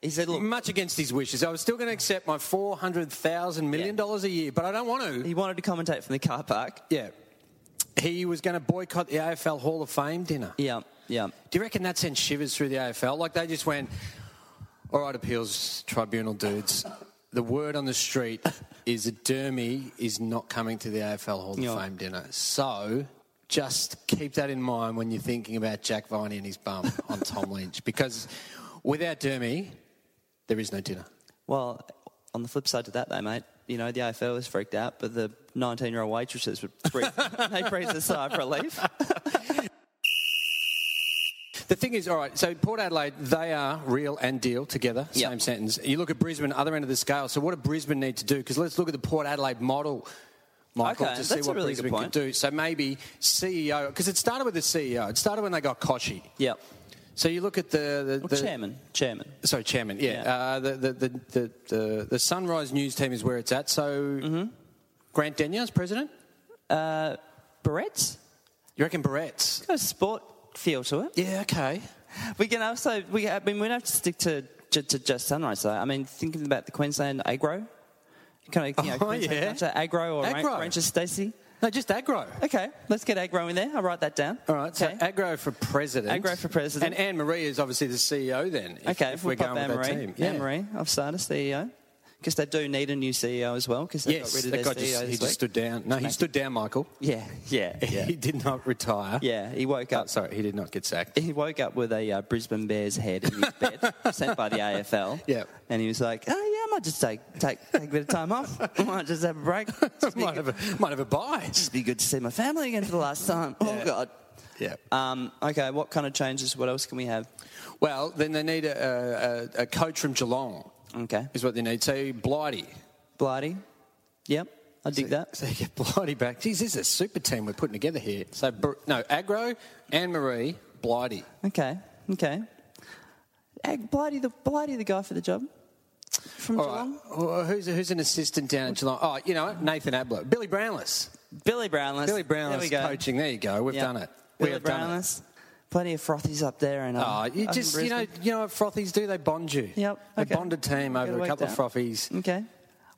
[SPEAKER 1] He said, look,
[SPEAKER 2] much against his wishes. I was still going to accept my four hundred thousand million dollars a year, but I don't want to.
[SPEAKER 1] he wanted to commentate from the car park.
[SPEAKER 2] Yeah, he was going to boycott the AFL Hall of Fame dinner.
[SPEAKER 1] Yeah, yeah.
[SPEAKER 2] Do you reckon that sent shivers through the AFL? Like they just went, all right, appeals tribunal dudes. The word on the street is that Dermy is not coming to the AFL Hall of
[SPEAKER 1] Yeah.
[SPEAKER 2] Fame dinner. So just keep that in mind when you're thinking about Jack Viney and his bum on Tom Lynch, because without Dermy, there is no dinner.
[SPEAKER 1] Well, on the flip side to that, though, mate, you know the AFL was freaked out, but the 19-year-old waitresses would
[SPEAKER 2] *laughs*
[SPEAKER 1] breathe. *laughs* they breathed a sigh of relief.
[SPEAKER 2] The thing is, all right, so Port Adelaide, they are real and deal together,
[SPEAKER 1] Yep.
[SPEAKER 2] same sentence. You look at Brisbane, other end of the scale. So, what do Brisbane need to do? Because let's look at the Port Adelaide model, Michael,
[SPEAKER 1] Okay,
[SPEAKER 2] to see
[SPEAKER 1] that's a
[SPEAKER 2] what
[SPEAKER 1] really good
[SPEAKER 2] Brisbane
[SPEAKER 1] point.
[SPEAKER 2] could do. So, maybe CEO, because it started with the CEO, it started when they got Koshy.
[SPEAKER 1] Yeah.
[SPEAKER 2] So, you look at the. the,
[SPEAKER 1] Well,
[SPEAKER 2] the
[SPEAKER 1] chairman, chairman.
[SPEAKER 2] Sorry, chairman, yeah.
[SPEAKER 1] Yeah.
[SPEAKER 2] Uh, the, the, the, the, the, the Sunrise News team is where it's at. So,
[SPEAKER 1] Mm-hmm.
[SPEAKER 2] Grant Denyer's president?
[SPEAKER 1] Barrett's
[SPEAKER 2] You reckon Barrett's?
[SPEAKER 1] got a sport feel to it.
[SPEAKER 2] Yeah, okay.
[SPEAKER 1] We can also we I mean we don't have to stick to to, to just sunrise though. I mean thinking about the Queensland agro, kind of you know,
[SPEAKER 2] Oh,
[SPEAKER 1] Queensland
[SPEAKER 2] yeah.
[SPEAKER 1] culture, agro or
[SPEAKER 2] Agro.
[SPEAKER 1] Ran- Rancher Stacey.
[SPEAKER 2] No, just aggro.
[SPEAKER 1] Okay, let's get agro in there. I'll write that down.
[SPEAKER 2] All right,
[SPEAKER 1] Okay.
[SPEAKER 2] so Agro for president.
[SPEAKER 1] Agro for president.
[SPEAKER 2] And Anne Marie is obviously the CEO then. If,
[SPEAKER 1] okay,
[SPEAKER 2] if
[SPEAKER 1] we'll
[SPEAKER 2] we're
[SPEAKER 1] pop
[SPEAKER 2] going with
[SPEAKER 1] Anne
[SPEAKER 2] that
[SPEAKER 1] Marie,
[SPEAKER 2] team.
[SPEAKER 1] Anne Marie of Sardis CEO, because E they do need a new CEO as well. Because they
[SPEAKER 2] Yes,
[SPEAKER 1] got rid of their
[SPEAKER 2] that guy
[SPEAKER 1] CEO
[SPEAKER 2] just,
[SPEAKER 1] this
[SPEAKER 2] he
[SPEAKER 1] week.
[SPEAKER 2] just stood down. No, he stood down, Michael.
[SPEAKER 1] Yeah, yeah, yeah.
[SPEAKER 2] *laughs* He did not retire.
[SPEAKER 1] yeah, he woke
[SPEAKER 2] Oh,
[SPEAKER 1] up.
[SPEAKER 2] sorry, he did not get sacked.
[SPEAKER 1] he woke up with a uh, Brisbane Bears head in his
[SPEAKER 2] *laughs*
[SPEAKER 1] bed, sent by the AFL.
[SPEAKER 2] Yeah.
[SPEAKER 1] And he was like, oh, yeah, I might just take, take, take a bit of time off.
[SPEAKER 2] *laughs*
[SPEAKER 1] I might just have a break. Just be,
[SPEAKER 2] *laughs* might,
[SPEAKER 1] good,
[SPEAKER 2] have a, might have a buy.
[SPEAKER 1] just be good to see my family again for the last time. Oh, God.
[SPEAKER 2] Yeah.
[SPEAKER 1] Um, okay, what kind of changes? What else can we have?
[SPEAKER 2] Well, then they need a, a, a coach from Geelong,
[SPEAKER 1] Okay.
[SPEAKER 2] is what they need. So, Blighty.
[SPEAKER 1] Blighty. Yep, I dig that.
[SPEAKER 2] So, you get Blighty back. Geez, this is a super team we're putting together here. So, Br- no, Agro, Anne Marie, Blighty.
[SPEAKER 1] Okay, okay. Ag, Blighty, the, Blighty, the guy for the job. from
[SPEAKER 4] All right.
[SPEAKER 1] Geelong?
[SPEAKER 4] Well, uh, who's, who's an assistant down at Geelong? Oh, you know what? Nathan Abler. Billy Brownless.
[SPEAKER 1] Billy Brownless.
[SPEAKER 4] Billy
[SPEAKER 1] There
[SPEAKER 4] Brownless
[SPEAKER 1] we go.
[SPEAKER 4] coaching. There you go. We've
[SPEAKER 1] Yeah.
[SPEAKER 4] done it.
[SPEAKER 1] Billy
[SPEAKER 4] We've done it.
[SPEAKER 1] Brownless. Plenty of frothies up there, and um,
[SPEAKER 4] Oh, you just you know you know what frothies do? They bond you.
[SPEAKER 1] Yep.
[SPEAKER 4] They
[SPEAKER 1] okay.
[SPEAKER 4] bond a team
[SPEAKER 1] Gotta
[SPEAKER 4] over a
[SPEAKER 1] work
[SPEAKER 4] couple
[SPEAKER 1] that
[SPEAKER 4] of
[SPEAKER 1] out.
[SPEAKER 4] frothies.
[SPEAKER 1] Okay.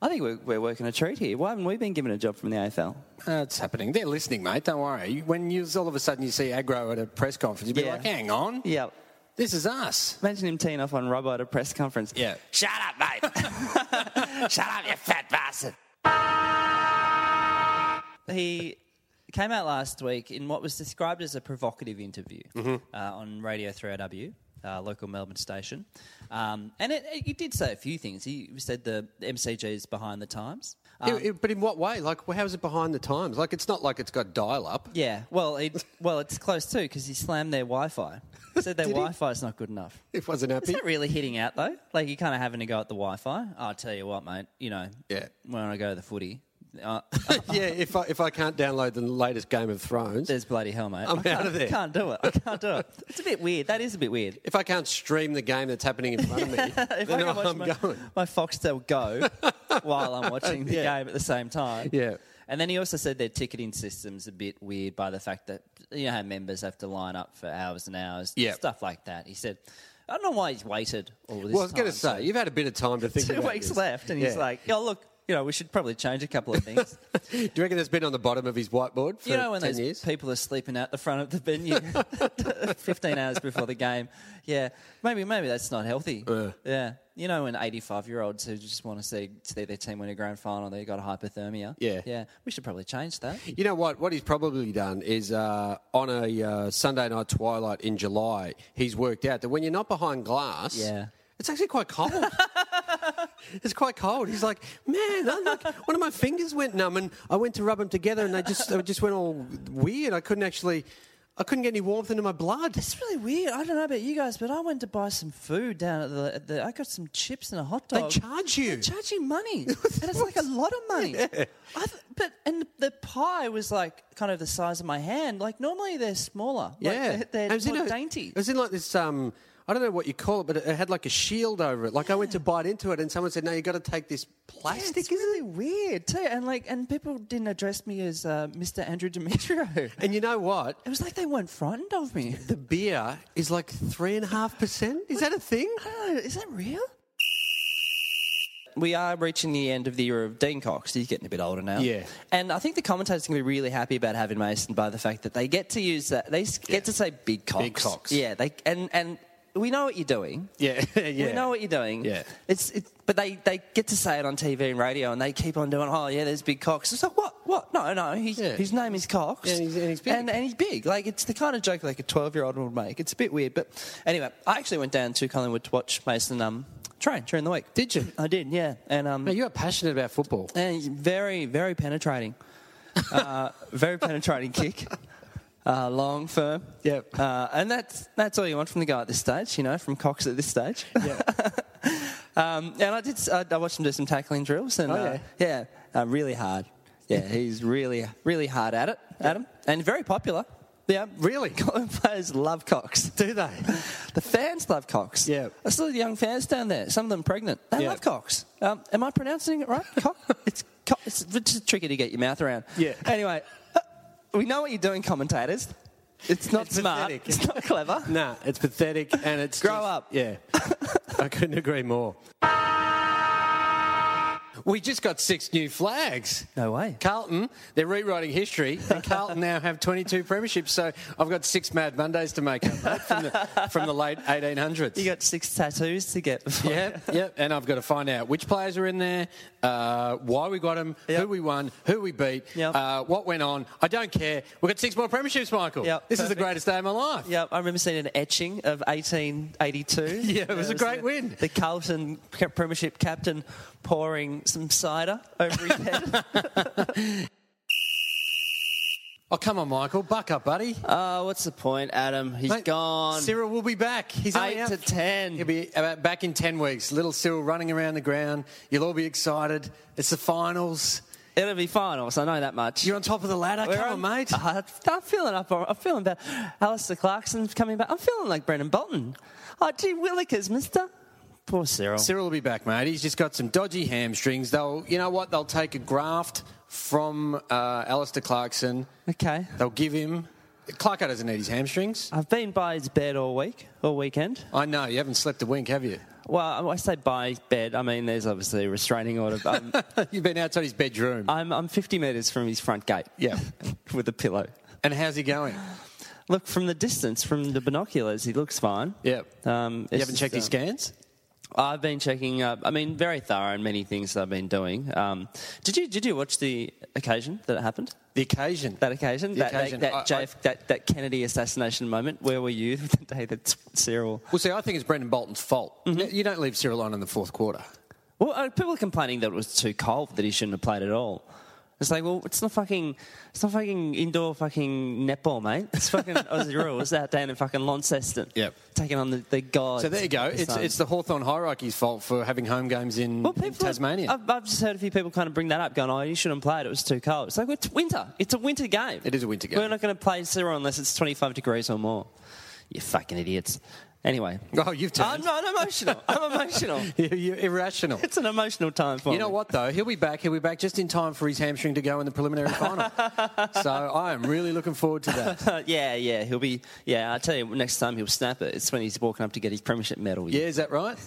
[SPEAKER 1] I think we're, we're working a treat here. Why haven't we been given a job from the AFL?
[SPEAKER 4] Uh, it's happening. They're listening, mate. Don't worry. You- When you all of a sudden you see aggro at a press conference, you'd be
[SPEAKER 1] Yeah.
[SPEAKER 4] like, "Hang on,
[SPEAKER 1] Yeah.
[SPEAKER 4] this is us."
[SPEAKER 1] Imagine him teeing off on Robbo at a press conference.
[SPEAKER 4] Yeah.
[SPEAKER 1] Shut
[SPEAKER 4] *laughs*
[SPEAKER 1] up, mate. *laughs* Shut up, you fat bastard.
[SPEAKER 5] He came out last week in what was described as a provocative interview
[SPEAKER 4] Mm-hmm.
[SPEAKER 5] uh, on Radio 3RW, uh, local Melbourne station. Um, and it, it, he did say a few things. He said the MCG is behind the times.
[SPEAKER 2] It- it- but in what way? Like, how is it behind the times? Like, it's not like it's got dial up.
[SPEAKER 5] Yeah, well, it, well, it's close too because he slammed their Wi-Fi. He said
[SPEAKER 2] *laughs*
[SPEAKER 5] their Wi-Fi is not good enough.
[SPEAKER 2] It wasn't
[SPEAKER 5] Is
[SPEAKER 2] happy.
[SPEAKER 5] that really hitting out though? Like you kind of having to go at the Wi-Fi. Oh, I'll tell you what, mate. You know,
[SPEAKER 2] Yeah.
[SPEAKER 5] When I go to the footy, uh,
[SPEAKER 2] *laughs*
[SPEAKER 5] *laughs*
[SPEAKER 2] yeah, if I, if I can't download the latest Game of Thrones,
[SPEAKER 5] there's bloody hell, mate.
[SPEAKER 2] I'm
[SPEAKER 5] I can't-
[SPEAKER 2] out of there.
[SPEAKER 5] Can't do it. I can't do it. It's a bit weird. That is a bit weird.
[SPEAKER 2] if I can't stream the game that's happening in front of
[SPEAKER 5] *laughs*
[SPEAKER 2] me,
[SPEAKER 5] If
[SPEAKER 2] then
[SPEAKER 5] I can watch
[SPEAKER 2] I'm
[SPEAKER 5] my, *laughs*
[SPEAKER 2] going.
[SPEAKER 5] my Foxtel Go *laughs* while I'm watching the
[SPEAKER 2] Yeah.
[SPEAKER 5] game at the same time.
[SPEAKER 2] Yeah.
[SPEAKER 5] And then he also said their ticketing system's a bit weird by the fact that you know how members have to line up for hours and hours,
[SPEAKER 2] Yeah.
[SPEAKER 5] stuff like that. He said, I don't know why he's waited all this.
[SPEAKER 2] Well, I was going
[SPEAKER 5] time,
[SPEAKER 2] to
[SPEAKER 5] so-
[SPEAKER 2] say, you've had a bit of time to
[SPEAKER 5] *laughs*
[SPEAKER 2] think
[SPEAKER 5] two
[SPEAKER 2] about
[SPEAKER 5] weeks
[SPEAKER 2] this.
[SPEAKER 5] left, and he's
[SPEAKER 2] Yeah.
[SPEAKER 5] like, "Oh, look, you know, we should probably change a couple of
[SPEAKER 2] *laughs*
[SPEAKER 5] things."
[SPEAKER 2] Do you reckon that's been on the bottom of his whiteboard for
[SPEAKER 5] you know, when
[SPEAKER 2] 10
[SPEAKER 5] those
[SPEAKER 2] years?
[SPEAKER 5] people are sleeping out the front of the venue, *laughs* fifteen hours before the game. Yeah, maybe maybe that's not healthy. yeah, you know, when eighty-five-year-olds who just want to see see their team win a grand final, they got hypothermia.
[SPEAKER 2] Yeah.
[SPEAKER 5] yeah, we should probably change that.
[SPEAKER 2] You know what? What he's probably done is uh, on a uh, Sunday night twilight in July, he's worked out that when you're not behind glass,
[SPEAKER 5] Yeah.
[SPEAKER 2] it's actually quite cold. *laughs* it's quite cold. He's like, man, I'm like, one of my fingers went numb, and I went to rub them together, and they just they just went all weird. I couldn't actually, I couldn't get any warmth into my blood.
[SPEAKER 5] It's really weird. I don't know about you guys, but I went to buy some food down at the. At the I got some chips and a hot
[SPEAKER 2] They
[SPEAKER 5] dog.
[SPEAKER 2] charge you.
[SPEAKER 5] They charge you
[SPEAKER 2] *laughs*
[SPEAKER 5] money, and it's like a lot of money. I th- but and the pie was like kind of the size of my hand. Like normally they're smaller.
[SPEAKER 2] Yeah,
[SPEAKER 5] like they're,
[SPEAKER 2] I
[SPEAKER 5] they're
[SPEAKER 2] was in
[SPEAKER 5] more
[SPEAKER 2] a-
[SPEAKER 5] dainty.
[SPEAKER 2] It was in like this. Um, I don't know what you call it, but it it had like a shield over it. Like I went to bite into it, and someone said, "No, you got to take this
[SPEAKER 5] Yeah,
[SPEAKER 2] plastic."
[SPEAKER 5] it's really weird too, and like and people didn't address me as uh, Mr. Andrew Demetrio. it
[SPEAKER 2] And you know what?
[SPEAKER 5] was like they weren't frightened of me.
[SPEAKER 2] The beer is like three and a half percent. Is that a thing?
[SPEAKER 5] I don't know, is that real?
[SPEAKER 1] we are reaching the end of the era of Dean Cox. He's getting a bit older now.
[SPEAKER 2] Yeah.
[SPEAKER 1] And I think the commentators can be really happy about having Mason by the fact that they get to use that. They s- get to say big Cox.
[SPEAKER 2] Big Cox.
[SPEAKER 1] Yeah. They and and we know what you're doing.
[SPEAKER 2] *laughs* Yeah,
[SPEAKER 1] *laughs*
[SPEAKER 2] yeah.
[SPEAKER 1] We know what you're doing.
[SPEAKER 2] Yeah.
[SPEAKER 1] It's it, but they they get to say it on TV and radio, and they keep on doing. Oh yeah, there's big Cox. It's like what what? No no. He's,
[SPEAKER 2] Yeah.
[SPEAKER 1] His name is Cox.
[SPEAKER 2] Yeah, and he's- and he's big.
[SPEAKER 1] And, and he's big. Like it's the kind of joke like a 12 year old would make. It's a bit weird, but anyway, I actually went down to Collingwood to watch Mason um train during the week.
[SPEAKER 2] Did you?
[SPEAKER 1] I did. Yeah. And um.
[SPEAKER 2] you are passionate about
[SPEAKER 1] *laughs*
[SPEAKER 2] football.
[SPEAKER 1] And he's Eh, very, very penetrating. uh, *laughs* very penetrating kick. Uh, long, firm.
[SPEAKER 2] Yep.
[SPEAKER 1] Uh, and that's, that's all you want from the guy at this stage, you know, from Cox at this stage. *laughs* um, and I did. s- I, I watched him do some tackling drills, and
[SPEAKER 2] Oh,
[SPEAKER 1] uh, yeah, uh, really hard. Yeah, he's really, really hard at it, Adam, and very popular. Yeah,
[SPEAKER 2] Really?
[SPEAKER 1] Collingwood *laughs* players love Cox.
[SPEAKER 2] Do they?
[SPEAKER 1] *laughs* The fans love Cox.
[SPEAKER 2] Yeah.
[SPEAKER 1] I saw the young fans down there. Some of them pregnant. They
[SPEAKER 2] Yeah.
[SPEAKER 1] love Cox. Um, am I pronouncing it right?
[SPEAKER 2] *laughs*
[SPEAKER 1] Cox. it's, co- it's just tricky to get your mouth around.
[SPEAKER 2] Yeah.
[SPEAKER 1] Anyway, uh, we know what you're doing, commentators. It's not
[SPEAKER 2] It's
[SPEAKER 1] smart.
[SPEAKER 2] pathetic.
[SPEAKER 1] It's not clever.
[SPEAKER 2] *laughs* *laughs* nah, it's pathetic and it's.
[SPEAKER 1] Grow
[SPEAKER 2] just-
[SPEAKER 1] up.
[SPEAKER 2] Yeah. I couldn't agree more. We just got six new flags.
[SPEAKER 1] No way.
[SPEAKER 2] Carlton, they're rewriting history,
[SPEAKER 1] *laughs*
[SPEAKER 2] and Carlton now have 22 premierships. So I've got six Mad Mondays to make up mate, from, the, from the late 1800s.
[SPEAKER 1] You got six tattoos to get. Before.
[SPEAKER 2] Yep, yep. And I've got to find out which players are in there, uh, why we got them,
[SPEAKER 1] Yep.
[SPEAKER 2] who we won, who we beat,
[SPEAKER 1] Yep.
[SPEAKER 2] uh, what went on. I don't care. We've got six more premierships, Michael.
[SPEAKER 1] Yep,
[SPEAKER 2] this is
[SPEAKER 1] perfect.
[SPEAKER 2] the greatest day of my life.
[SPEAKER 1] Yeah, I remember seeing an etching of 1882.
[SPEAKER 2] *laughs* Yeah, it was a great
[SPEAKER 1] the-
[SPEAKER 2] win.
[SPEAKER 1] The Carlton ca- Premiership captain pouring some cider over his
[SPEAKER 2] *laughs*
[SPEAKER 1] head.
[SPEAKER 2] Oh, come on, Michael. Buck up, buddy.
[SPEAKER 1] Oh, what's the point, Adam? He's
[SPEAKER 2] Mate, Cyril will be back. He's only
[SPEAKER 1] Eight
[SPEAKER 2] out-
[SPEAKER 1] to ten.
[SPEAKER 2] He'll be about back in 10 weeks. Little Cyril running around the ground. You'll all be excited. It's the finals.
[SPEAKER 1] It'll be finals. I know that much.
[SPEAKER 2] You're on top of the ladder.
[SPEAKER 1] We're
[SPEAKER 2] come on, mate.
[SPEAKER 1] *laughs* Uh, I'm feeling up. I'm feeling bad. Alistair Clarkson's coming back. I'm feeling like Brendan Bolton. Oh, gee, Willikers, mister. Poor Cyril.
[SPEAKER 2] Cyril will be back, mate. He's just got some dodgy hamstrings. They'll, you know what? They'll take a graft from uh, Alistair Clarkson.
[SPEAKER 1] Okay.
[SPEAKER 2] They'll give him. Clarko doesn't need his hamstrings.
[SPEAKER 1] I've been by his bed all week, all weekend.
[SPEAKER 2] I know you haven't slept a wink, have you? *laughs*
[SPEAKER 1] Well, I say by his bed. I mean, there's obviously a restraining order. but
[SPEAKER 2] *laughs*
[SPEAKER 1] I'm,
[SPEAKER 2] You've been outside his bedroom.
[SPEAKER 1] I'm, I'm 50 metres from his front gate.
[SPEAKER 2] Yeah.
[SPEAKER 1] *laughs* with a pillow.
[SPEAKER 2] and how's he going?
[SPEAKER 1] Look, from the distance, from the binoculars, he looks fine.
[SPEAKER 2] Yeah.
[SPEAKER 1] Um,
[SPEAKER 2] you
[SPEAKER 1] it's
[SPEAKER 2] haven't
[SPEAKER 1] just,
[SPEAKER 2] checked his
[SPEAKER 1] um,
[SPEAKER 2] scans?
[SPEAKER 1] I've been checking up. I mean, very thorough in many things I've been doing. Um, did you did you watch the occasion that it happened?
[SPEAKER 2] The occasion.
[SPEAKER 1] That occasion,
[SPEAKER 2] The
[SPEAKER 1] that, that-
[SPEAKER 2] occasion.
[SPEAKER 1] that,
[SPEAKER 2] I- I-
[SPEAKER 1] JF, that that Kennedy assassination moment. Where were you *laughs* the day that Cyril?
[SPEAKER 2] Well, see, I think it's Brendan Bolton's fault.
[SPEAKER 1] Mm-hmm.
[SPEAKER 2] You don't leave Cyril on in the fourth quarter.
[SPEAKER 1] Well, uh, people are complaining that it was too cold that he shouldn't have played at all. It's like, well, it's not fucking, it's not fucking indoor fucking netball, mate. It's
[SPEAKER 2] *laughs*
[SPEAKER 1] fucking Aussie rules out down in fucking Launceston.
[SPEAKER 2] Yep.
[SPEAKER 1] taking on the, the gods.
[SPEAKER 2] So there you go.
[SPEAKER 1] of the
[SPEAKER 2] It's,
[SPEAKER 1] sun.
[SPEAKER 2] it's the Hawthorn hierarchy's fault for having home games in,
[SPEAKER 1] um, Well,
[SPEAKER 2] in
[SPEAKER 1] people,
[SPEAKER 2] Tasmania.
[SPEAKER 1] I've, I've just heard a few people kind of bring that up, going, "Oh, you shouldn't play it. It was too cold." It's like well, it's winter. It's a winter game.
[SPEAKER 2] It is a winter game.
[SPEAKER 1] We're not going to play zero unless it's twenty-five degrees or more. You fucking idiots. Anyway,
[SPEAKER 2] Oh, you've turned.
[SPEAKER 1] I'm not I'm emotional. I'm
[SPEAKER 2] *laughs*
[SPEAKER 1] emotional.
[SPEAKER 2] You're, you're irrational.
[SPEAKER 1] It's an emotional time for
[SPEAKER 2] You know
[SPEAKER 1] me.
[SPEAKER 2] what though? He'll be back. He'll be back just in time for his hamstring to go in the
[SPEAKER 1] *laughs*
[SPEAKER 2] preliminary final. so I am really looking forward to that.
[SPEAKER 1] Uh, *laughs* yeah, yeah, he'll be. Yeah, I tell you, next time he'll snap it. It's when he's walking up to get his premiership medal.
[SPEAKER 2] Yeah, is that
[SPEAKER 1] *laughs*
[SPEAKER 2] right?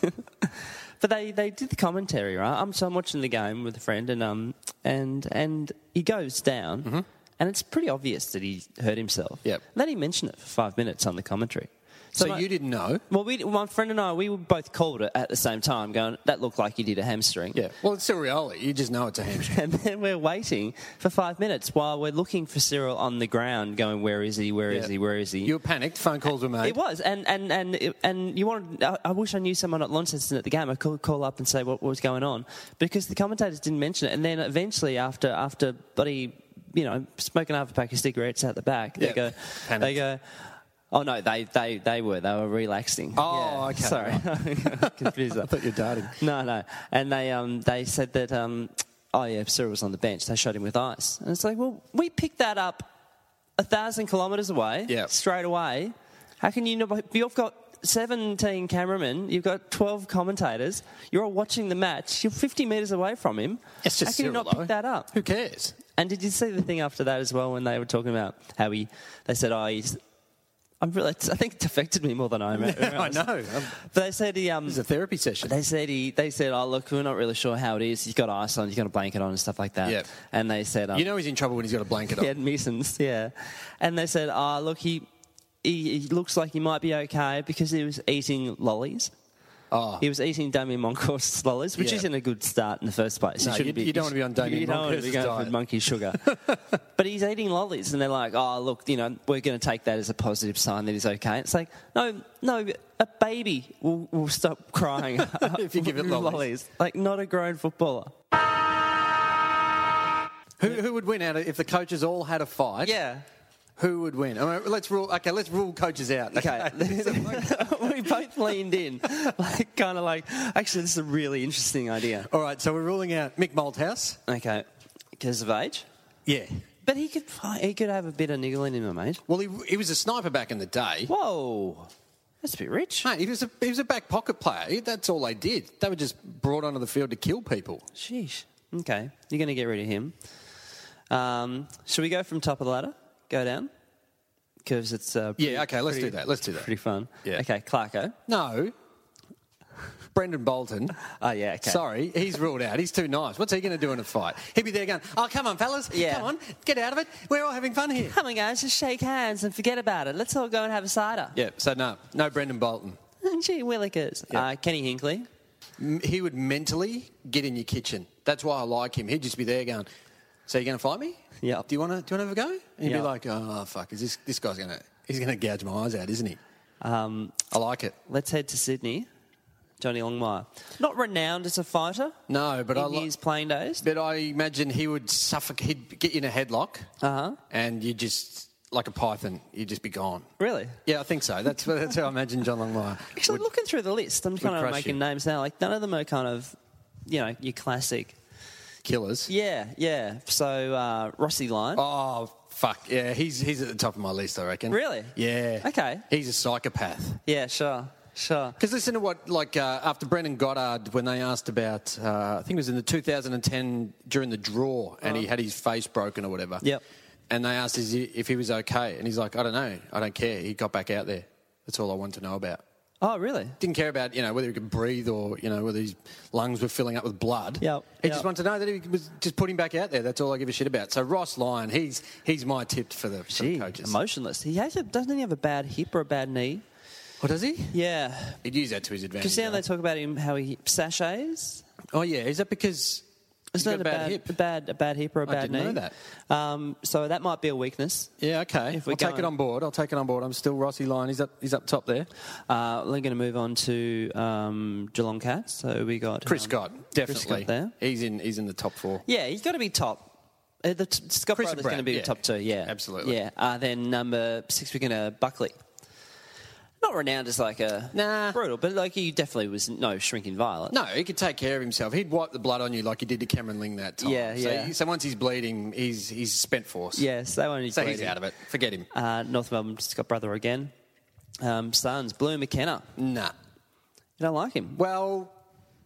[SPEAKER 1] But they, they did the commentary, right? I'm so I'm watching the game with a friend, and um and and he goes down, and it's pretty obvious that he hurt himself.
[SPEAKER 2] Mm-hmm. Yep.
[SPEAKER 1] And then he mentioned it for five minutes on the commentary.
[SPEAKER 2] So
[SPEAKER 1] my-
[SPEAKER 2] you didn't know?
[SPEAKER 1] Well, we, my friend and I, we were both called it at the same time, going, "That looked like he did a hamstring."
[SPEAKER 2] Yeah. Well, it's still reality. You just know it's a
[SPEAKER 1] *laughs*
[SPEAKER 2] hamstring.
[SPEAKER 1] And then we're waiting for five minutes while we're looking for Cyril on the ground, going, "Where is he? *laughs* Where is
[SPEAKER 2] Yeah.
[SPEAKER 1] he? Where is he?"
[SPEAKER 2] You were panicked. Phone calls were made.
[SPEAKER 1] It was, and and and and you wanted. I, I wish I knew someone at Launceston at the game. I could call up and say what, what was going on because the commentators didn't mention it. And then eventually, after after buddy, you know, smoking half a pack of cigarettes out the back,
[SPEAKER 2] Yeah.
[SPEAKER 1] they go,
[SPEAKER 2] Panicked.
[SPEAKER 1] they go. Oh no, they, they, they were they were relaxing.
[SPEAKER 2] Oh, okay, *laughs*
[SPEAKER 1] Sorry, confused. I
[SPEAKER 2] thought you were darting.
[SPEAKER 1] No, no, and they um they said that um oh yeah, Cyril was on the bench. They showed him with ice, and it's like, well, we picked that up a thousand kilometres away,
[SPEAKER 2] Yeah.
[SPEAKER 1] straight away. How can you not? You've got 17 cameramen, you've got 12 commentators, you're all watching the match, you're 50 metres away from him.
[SPEAKER 2] It's just
[SPEAKER 1] How can you
[SPEAKER 2] Cyril,
[SPEAKER 1] not
[SPEAKER 2] though.
[SPEAKER 1] pick that up? *laughs*
[SPEAKER 2] Who cares?
[SPEAKER 1] And did you see the thing after that as well when they were talking about how he, they said, oh, he's, I'm really, I think it affected me more than
[SPEAKER 2] *laughs*
[SPEAKER 1] I remember.
[SPEAKER 2] I know. Um,
[SPEAKER 1] But they said he, um,
[SPEAKER 2] It's a therapy session.
[SPEAKER 1] they said he, they said, oh, look, we're not really sure how it is. He's got ice on, he's got a blanket on and stuff like that.
[SPEAKER 2] Yeah.
[SPEAKER 1] And they said, um,
[SPEAKER 2] You know he's in trouble when he's got a blanket on.
[SPEAKER 1] he had mittens, yeah. And they said, "Ah, look, he, he he looks like he might be okay because he was eating lollies."
[SPEAKER 2] Oh.
[SPEAKER 1] He was eating Damien Moncourt's lollies, which
[SPEAKER 2] Yeah.
[SPEAKER 1] isn't a good start in the first place.
[SPEAKER 2] No,
[SPEAKER 1] shouldn't
[SPEAKER 2] you- you don't want to be on Damien
[SPEAKER 1] You don't want to be
[SPEAKER 2] Moncourt's
[SPEAKER 1] going for
[SPEAKER 2] diet.
[SPEAKER 1] monkey
[SPEAKER 2] *laughs*
[SPEAKER 1] sugar. but he's eating lollies, and they're like, "Oh, look, you know, we're going to take that as a positive sign that he's okay." It's like, no, no, a baby will, will stop crying
[SPEAKER 2] *laughs* If you
[SPEAKER 1] *laughs*
[SPEAKER 2] give it lollies.
[SPEAKER 1] Like, not a grown footballer.
[SPEAKER 2] Who, who would win out of, if the coaches all had a fight?
[SPEAKER 1] Yeah.
[SPEAKER 2] Who would win? All right, let's rule. Okay, let's rule coaches out. *laughs*
[SPEAKER 1] Okay. *laughs* we both *laughs* leaned in, *laughs* like kind of like, actually, this is a really interesting idea.
[SPEAKER 2] all right. So we're ruling out Mick Malthouse.
[SPEAKER 1] Okay, because of age,
[SPEAKER 2] Yeah.
[SPEAKER 1] but he could fi- he could have a bit of niggle in him, mate.
[SPEAKER 2] Well, he, he was a sniper back in the day.
[SPEAKER 1] Whoa, that's a bit rich.
[SPEAKER 2] Mate, he was a he was a back pocket player. He- That's all they did. They were just brought onto the field to kill people.
[SPEAKER 1] Sheesh. Okay, you're going to get rid of him. Um, should we go from top of the ladder? Go down because it's uh,
[SPEAKER 2] Yeah, okay, let's do that, let's do that.
[SPEAKER 1] Pretty fun.
[SPEAKER 2] Yeah.
[SPEAKER 1] Okay, Clarko.
[SPEAKER 2] No. Brendan Bolton.
[SPEAKER 1] Oh yeah. Okay.
[SPEAKER 2] Sorry, he's ruled out. He's too nice. What's he going to do in a fight? He'd be there going, "Oh, come on, fellas,
[SPEAKER 1] Yeah.
[SPEAKER 2] come on, get out of it. We're all having fun here."
[SPEAKER 1] Come on, guys, just shake hands and forget about it. Let's all go and have a cider.
[SPEAKER 2] Yeah. So no, no Brendan Bolton.
[SPEAKER 1] *laughs* Gee willikers. Uh, Kenny Hinkley.
[SPEAKER 2] M- He would mentally get in your kitchen. That's why I like him. He'd just be there going, "So you going to fight me?
[SPEAKER 1] Yeah.
[SPEAKER 2] Do you want to? Do you want to have a go?" And he'd
[SPEAKER 1] Yeah.
[SPEAKER 2] be like, "Oh fuck, is this this guy's going to? He's going to gouge my eyes out, isn't he?"
[SPEAKER 1] Um,
[SPEAKER 2] I like it.
[SPEAKER 1] let's head to Sydney. Johnny Longmire. Not renowned as a fighter.
[SPEAKER 2] No, but
[SPEAKER 1] in
[SPEAKER 2] I like.
[SPEAKER 1] his playing days.
[SPEAKER 2] But I imagine he would suffocate. He'd get you in a headlock,
[SPEAKER 1] Uh-huh.
[SPEAKER 2] and you just like a python. You'd just be gone.
[SPEAKER 1] Really?
[SPEAKER 2] Yeah, I think so. That's that's how I imagine John
[SPEAKER 1] *laughs*
[SPEAKER 2] Longmire.
[SPEAKER 1] Actually,
[SPEAKER 2] would-
[SPEAKER 1] looking through the list, I'm kind of
[SPEAKER 2] crush
[SPEAKER 1] making
[SPEAKER 2] you.
[SPEAKER 1] names now. Like none of them are kind of, you know, your classic.
[SPEAKER 2] killers.
[SPEAKER 1] Yeah, yeah. So uh, Rossi Lyon.
[SPEAKER 2] Oh fuck yeah, he's he's at the top of my list. I reckon.
[SPEAKER 1] Really?
[SPEAKER 2] Yeah.
[SPEAKER 1] Okay.
[SPEAKER 2] He's a psychopath.
[SPEAKER 1] Yeah, sure. Sure.
[SPEAKER 2] Because listen to what, like, uh, after Brendan Goddard, when they asked about, uh, I think it was in the 2010 during the draw, and he had his face broken or whatever.
[SPEAKER 1] Uh-huh. Yep.
[SPEAKER 2] And they asked is he, if he was okay, and he's like, I don't know, I don't care. He got back out there. That's all I want to know about.
[SPEAKER 1] Oh, really?
[SPEAKER 2] Didn't care about you know whether he could breathe or you know whether his lungs were filling up with blood.
[SPEAKER 1] Yep,
[SPEAKER 2] He
[SPEAKER 1] yep.
[SPEAKER 2] just wanted to know that he was just putting back out there. That's all I give a shit about. So Ross Lyon, he's he's my tip for the, for the
[SPEAKER 1] Gee,
[SPEAKER 2] coaches.
[SPEAKER 1] emotionless. He has a, doesn't he have a bad hip or a bad knee?
[SPEAKER 2] Oh, does he?
[SPEAKER 1] Yeah.
[SPEAKER 2] He'd use that to his advantage.
[SPEAKER 1] Because now
[SPEAKER 2] though.
[SPEAKER 1] they talk about him how he sachets.
[SPEAKER 2] Oh yeah, is that because
[SPEAKER 1] It's
[SPEAKER 2] he's
[SPEAKER 1] not
[SPEAKER 2] got
[SPEAKER 1] a bad, a bad a bad hip or a
[SPEAKER 2] I
[SPEAKER 1] bad knee.
[SPEAKER 2] didn't know
[SPEAKER 1] that. Um, so that might be a weakness.
[SPEAKER 2] Yeah, okay.
[SPEAKER 1] If we're
[SPEAKER 2] I'll take
[SPEAKER 1] going-
[SPEAKER 2] it on board. I'll take it on board. I'm still Rossi Lyon. He's up. He's up top there.
[SPEAKER 1] Uh, we're going to move on to um, Geelong Cats. So we got
[SPEAKER 2] Chris
[SPEAKER 1] um,
[SPEAKER 2] Scott, definitely.
[SPEAKER 1] Chris Scott there.
[SPEAKER 2] He's in. He's in the top four.
[SPEAKER 1] Yeah, he's got to be top. Uh, the t- Scott
[SPEAKER 2] Chris
[SPEAKER 1] Brothers
[SPEAKER 2] Brad,
[SPEAKER 1] going to be
[SPEAKER 2] yeah.
[SPEAKER 1] top two. Yeah,
[SPEAKER 2] Absolutely.
[SPEAKER 1] Yeah. Uh, then number six, we're going to Buckley. Not renowned as like a
[SPEAKER 2] Nah.
[SPEAKER 1] brutal, but like he definitely was no shrinking violet.
[SPEAKER 2] No, he could take care of himself. He'd wipe the blood on you like he did to Cameron Ling that time.
[SPEAKER 1] Yeah,
[SPEAKER 2] so
[SPEAKER 1] yeah.
[SPEAKER 2] He, so once he's bleeding, he's he's spent force.
[SPEAKER 1] Yes, they won't.
[SPEAKER 2] So
[SPEAKER 1] enjoy
[SPEAKER 2] he's
[SPEAKER 1] him.
[SPEAKER 2] out of it. Forget him.
[SPEAKER 1] Uh, North Melbourne Scott Brother again. Um, Sons Blue McKenna. You
[SPEAKER 2] nah.
[SPEAKER 1] don't like him.
[SPEAKER 2] Well,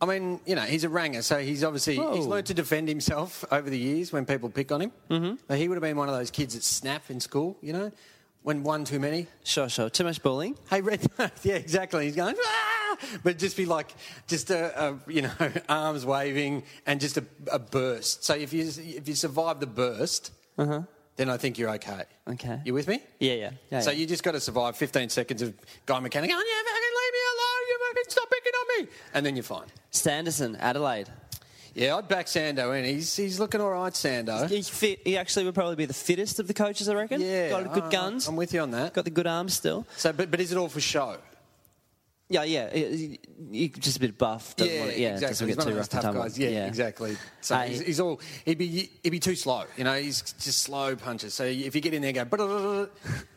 [SPEAKER 2] I mean, you know, he's a ranger, so he's obviously he's
[SPEAKER 1] Whoa.
[SPEAKER 2] learned to defend himself over the years when people pick on him. Mm-hmm. He would have been one of those kids that snap in school, you know, when one too many.
[SPEAKER 1] Sure, sure. Too much bullying.
[SPEAKER 2] *laughs* Hey, Red. yeah, exactly. He's going, ah! but just be like, just a, a you know, *laughs* arms waving and just a, a burst. So if you if you survive the burst, then I think you're okay.
[SPEAKER 1] Uh-huh. Okay.
[SPEAKER 2] You with me?
[SPEAKER 1] Yeah, yeah. Yeah,
[SPEAKER 2] so
[SPEAKER 1] yeah.
[SPEAKER 2] you just got to survive 15 seconds of guy mechanic. Oh, yeah, fucking leave me alone. You fucking stop picking on me, and then you're fine.
[SPEAKER 1] Sanderson Adelaide.
[SPEAKER 2] Yeah, I'd back Sando in. He's he's looking all right, Sando.
[SPEAKER 1] He's fit. He actually would probably be the fittest of the coaches, I reckon.
[SPEAKER 2] Yeah,
[SPEAKER 1] Got
[SPEAKER 2] I-
[SPEAKER 1] good guns.
[SPEAKER 2] I'm with you on that.
[SPEAKER 1] Got the good arms still.
[SPEAKER 2] So, but but is it all for show?
[SPEAKER 1] Yeah, yeah. he- he- Just a bit buff. Doesn't want to, yeah
[SPEAKER 2] exactly.
[SPEAKER 1] Doesn't
[SPEAKER 2] He's
[SPEAKER 1] get
[SPEAKER 2] one
[SPEAKER 1] too
[SPEAKER 2] of those
[SPEAKER 1] rough and
[SPEAKER 2] tough
[SPEAKER 1] tumble.
[SPEAKER 2] guys. Yeah, exactly. So
[SPEAKER 1] Uh,
[SPEAKER 2] he's, he's all he'd be he'd be too slow. You know, he's just slow punches. So if you get in there, and go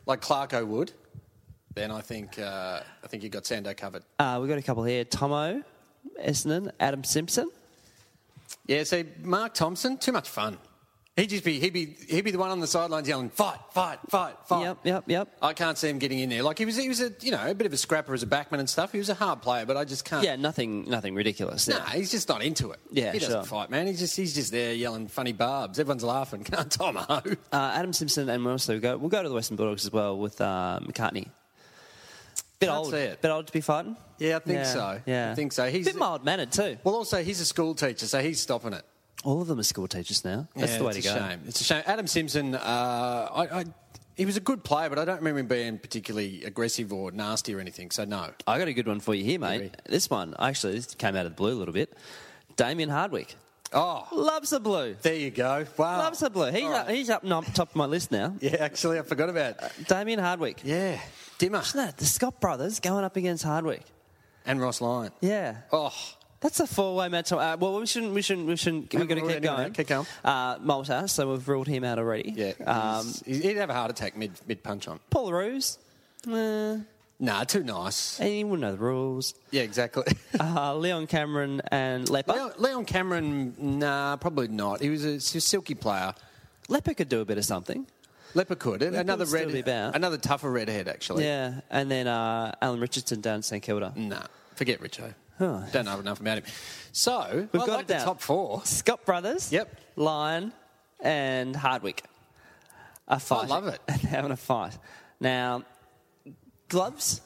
[SPEAKER 2] like Clarko would, then I think uh, I think you got Sando covered.
[SPEAKER 1] Uh, we've got a couple here. Tomo, Essendon, Adam Simpson.
[SPEAKER 2] Yeah. So Mark Thompson, too much fun. He'd just be he'd be he'd be the one on the sidelines yelling fight fight fight fight.
[SPEAKER 1] Yep, yep, yep.
[SPEAKER 2] I can't see him getting in there. Like he was he was a you know a bit of a scrapper as a backman and stuff. He was a hard player, but I just can't.
[SPEAKER 1] Yeah, nothing, nothing ridiculous.
[SPEAKER 2] No,
[SPEAKER 1] Yeah.
[SPEAKER 2] he's just not into it.
[SPEAKER 1] Yeah,
[SPEAKER 2] he doesn't
[SPEAKER 1] sure.
[SPEAKER 2] fight, man. He's just he's just there yelling funny barbs. Everyone's laughing. *laughs* Can't Tomo.
[SPEAKER 1] Uh, Adam Simpson, and we'll also go. We'll go to the Western Bulldogs as well with uh, McCartney. Bit
[SPEAKER 2] Can't
[SPEAKER 1] old,
[SPEAKER 2] see it.
[SPEAKER 1] bit old to be fighting.
[SPEAKER 2] Yeah, I think so.
[SPEAKER 1] Yeah,
[SPEAKER 2] I think so. He's-
[SPEAKER 1] a bit mild mannered too.
[SPEAKER 2] well, also he's a school teacher, so he's stopping it.
[SPEAKER 1] All of them are school teachers now. That's
[SPEAKER 2] Yeah,
[SPEAKER 1] the way
[SPEAKER 2] it's
[SPEAKER 1] to
[SPEAKER 2] a
[SPEAKER 1] go.
[SPEAKER 2] Shame. It's a shame. Adam Simpson. Uh, I, I he was a good player, but I don't remember him being particularly aggressive or nasty or anything. So no.
[SPEAKER 1] I got a good one for you here, mate. This one actually this came out of the blue a little bit. Damien Hardwick
[SPEAKER 2] Oh,
[SPEAKER 1] loves the blue.
[SPEAKER 2] there you go. Wow.
[SPEAKER 1] Loves the blue. He's
[SPEAKER 2] All
[SPEAKER 1] up,
[SPEAKER 2] right.
[SPEAKER 1] he's up nom- top of my list now.
[SPEAKER 2] Yeah, actually, I forgot about. That.
[SPEAKER 1] Damien Hardwick.
[SPEAKER 2] Yeah, Dimmer
[SPEAKER 1] Uh, Isn't that the Scott brothers going up against Hardwick?
[SPEAKER 2] and Ross Lyon.
[SPEAKER 1] Yeah.
[SPEAKER 2] Oh.
[SPEAKER 1] That's a four-way match. Uh, well, we shouldn't. We shouldn't. We shouldn't. We've got to
[SPEAKER 2] ruled
[SPEAKER 1] keep
[SPEAKER 2] anyone
[SPEAKER 1] going.
[SPEAKER 2] out. Keep going.
[SPEAKER 1] Uh, Malta. So we've ruled him out already.
[SPEAKER 2] Yeah,
[SPEAKER 1] Um,
[SPEAKER 2] he's- he'd have a heart attack mid mid punch on.
[SPEAKER 1] Paul Rose. Uh,
[SPEAKER 2] Nah,
[SPEAKER 1] *laughs*
[SPEAKER 2] too nice.
[SPEAKER 1] he wouldn't know the rules.
[SPEAKER 2] Yeah, exactly.
[SPEAKER 1] Uh, Leon Cameron and Leper.
[SPEAKER 2] Leon, Leon Cameron, nah, probably not. He was a, s- silky player.
[SPEAKER 1] Leper could do a bit of something.
[SPEAKER 2] Leper could. another
[SPEAKER 1] would still
[SPEAKER 2] red,
[SPEAKER 1] be about.
[SPEAKER 2] another tougher redhead actually.
[SPEAKER 1] Yeah. And then uh, Alan Richardson down at St Kilda.
[SPEAKER 2] Nah, forget Richo. Don't know enough about him. So
[SPEAKER 1] We've
[SPEAKER 2] I
[SPEAKER 1] got
[SPEAKER 2] like
[SPEAKER 1] it
[SPEAKER 2] the
[SPEAKER 1] down.
[SPEAKER 2] top four.
[SPEAKER 1] Scott Brothers.
[SPEAKER 2] Yep.
[SPEAKER 1] Lyon and Hardwick. A fight.
[SPEAKER 2] Oh, love
[SPEAKER 1] *laughs*
[SPEAKER 2] it.
[SPEAKER 1] having a fight. Now, gloves.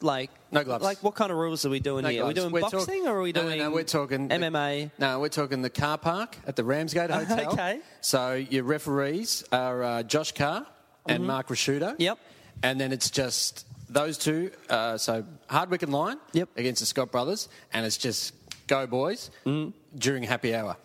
[SPEAKER 1] Like
[SPEAKER 2] No gloves.
[SPEAKER 1] Like what kind of rules are we doing
[SPEAKER 2] No
[SPEAKER 1] here?
[SPEAKER 2] gloves.
[SPEAKER 1] Are we doing
[SPEAKER 2] We're talk-
[SPEAKER 1] boxing or are we
[SPEAKER 2] No,
[SPEAKER 1] doing?
[SPEAKER 2] No, no, we're talking
[SPEAKER 1] MMA.
[SPEAKER 2] no, we're talking the car park at the
[SPEAKER 1] *laughs*
[SPEAKER 2] Ramsgate Hotel.
[SPEAKER 1] Okay.
[SPEAKER 2] So your referees are uh, Josh Carr and Mark Rashuda.
[SPEAKER 1] Mm-hmm. Yep.
[SPEAKER 2] And then it's just those two. Uh, so Hardwick and Lyon.
[SPEAKER 1] Yep.
[SPEAKER 2] Against the Scott brothers, and it's just go boys
[SPEAKER 1] Mm.
[SPEAKER 2] during happy hour.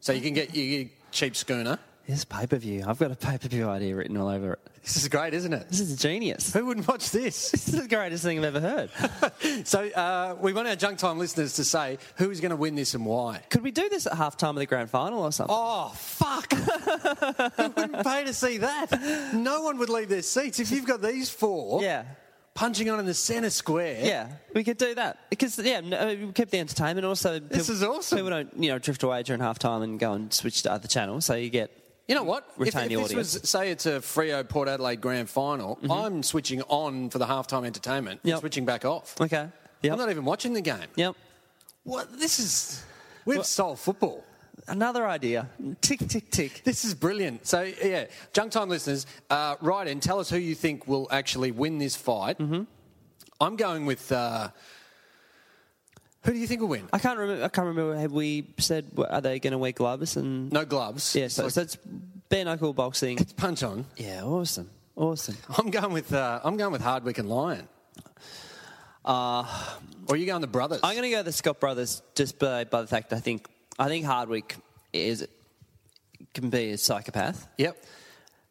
[SPEAKER 2] So you can get you get cheap schooner.
[SPEAKER 1] Here's pay per view. I've got a pay per view idea written all over it.
[SPEAKER 2] This is great, isn't it?
[SPEAKER 1] This is genius.
[SPEAKER 2] Who wouldn't watch this?
[SPEAKER 1] *laughs* This is the greatest thing I've ever heard.
[SPEAKER 2] So uh, we want our junk time listeners to say who is going to win this and why.
[SPEAKER 1] Could we do this at halftime of the grand final or something?
[SPEAKER 2] Oh
[SPEAKER 1] *laughs*
[SPEAKER 2] fuck! Who wouldn't pay to see that? No one would leave their seats if you've got these four.
[SPEAKER 1] Yeah.
[SPEAKER 2] Punching on in the centre square.
[SPEAKER 1] Yeah, we could do that because yeah, no, we keep the entertainment. Also,
[SPEAKER 2] This is awesome.
[SPEAKER 1] People don't you know drift away during halftime and go and switch to other channels, so you get
[SPEAKER 2] You know what?
[SPEAKER 1] Retain
[SPEAKER 2] if
[SPEAKER 1] the
[SPEAKER 2] if
[SPEAKER 1] audience. Mm-hmm.
[SPEAKER 2] this was, say, it's a Frio Port Adelaide Grand Final, I'm switching on for the halftime entertainment. and
[SPEAKER 1] Yep.
[SPEAKER 2] Switching back off.
[SPEAKER 1] Okay. Yep.
[SPEAKER 2] I'm not even watching the game.
[SPEAKER 1] Yep.
[SPEAKER 2] What? This is. We've solved football.
[SPEAKER 1] Another idea. Tick, tick, tick.
[SPEAKER 2] This is brilliant. So, yeah, junk time listeners, uh, write in. Tell us who you think will actually win this fight. I'm going with. Uh, who do you think will win?
[SPEAKER 1] I can't remember. I can't remember. Have we said wh- are they going to wear gloves and?
[SPEAKER 2] No gloves.
[SPEAKER 1] Yeah. So,
[SPEAKER 2] Like,
[SPEAKER 1] so it's bare knuckle boxing.
[SPEAKER 2] punch on.
[SPEAKER 1] Yeah. Awesome. Awesome.
[SPEAKER 2] I'm going with. Uh, I'm going with Hardwick and Lyon. Uh, or are you going the brothers?
[SPEAKER 1] I'm going to go the Scott brothers just by, by the fact I think I think Hardwick is can be a psychopath.
[SPEAKER 2] Yep.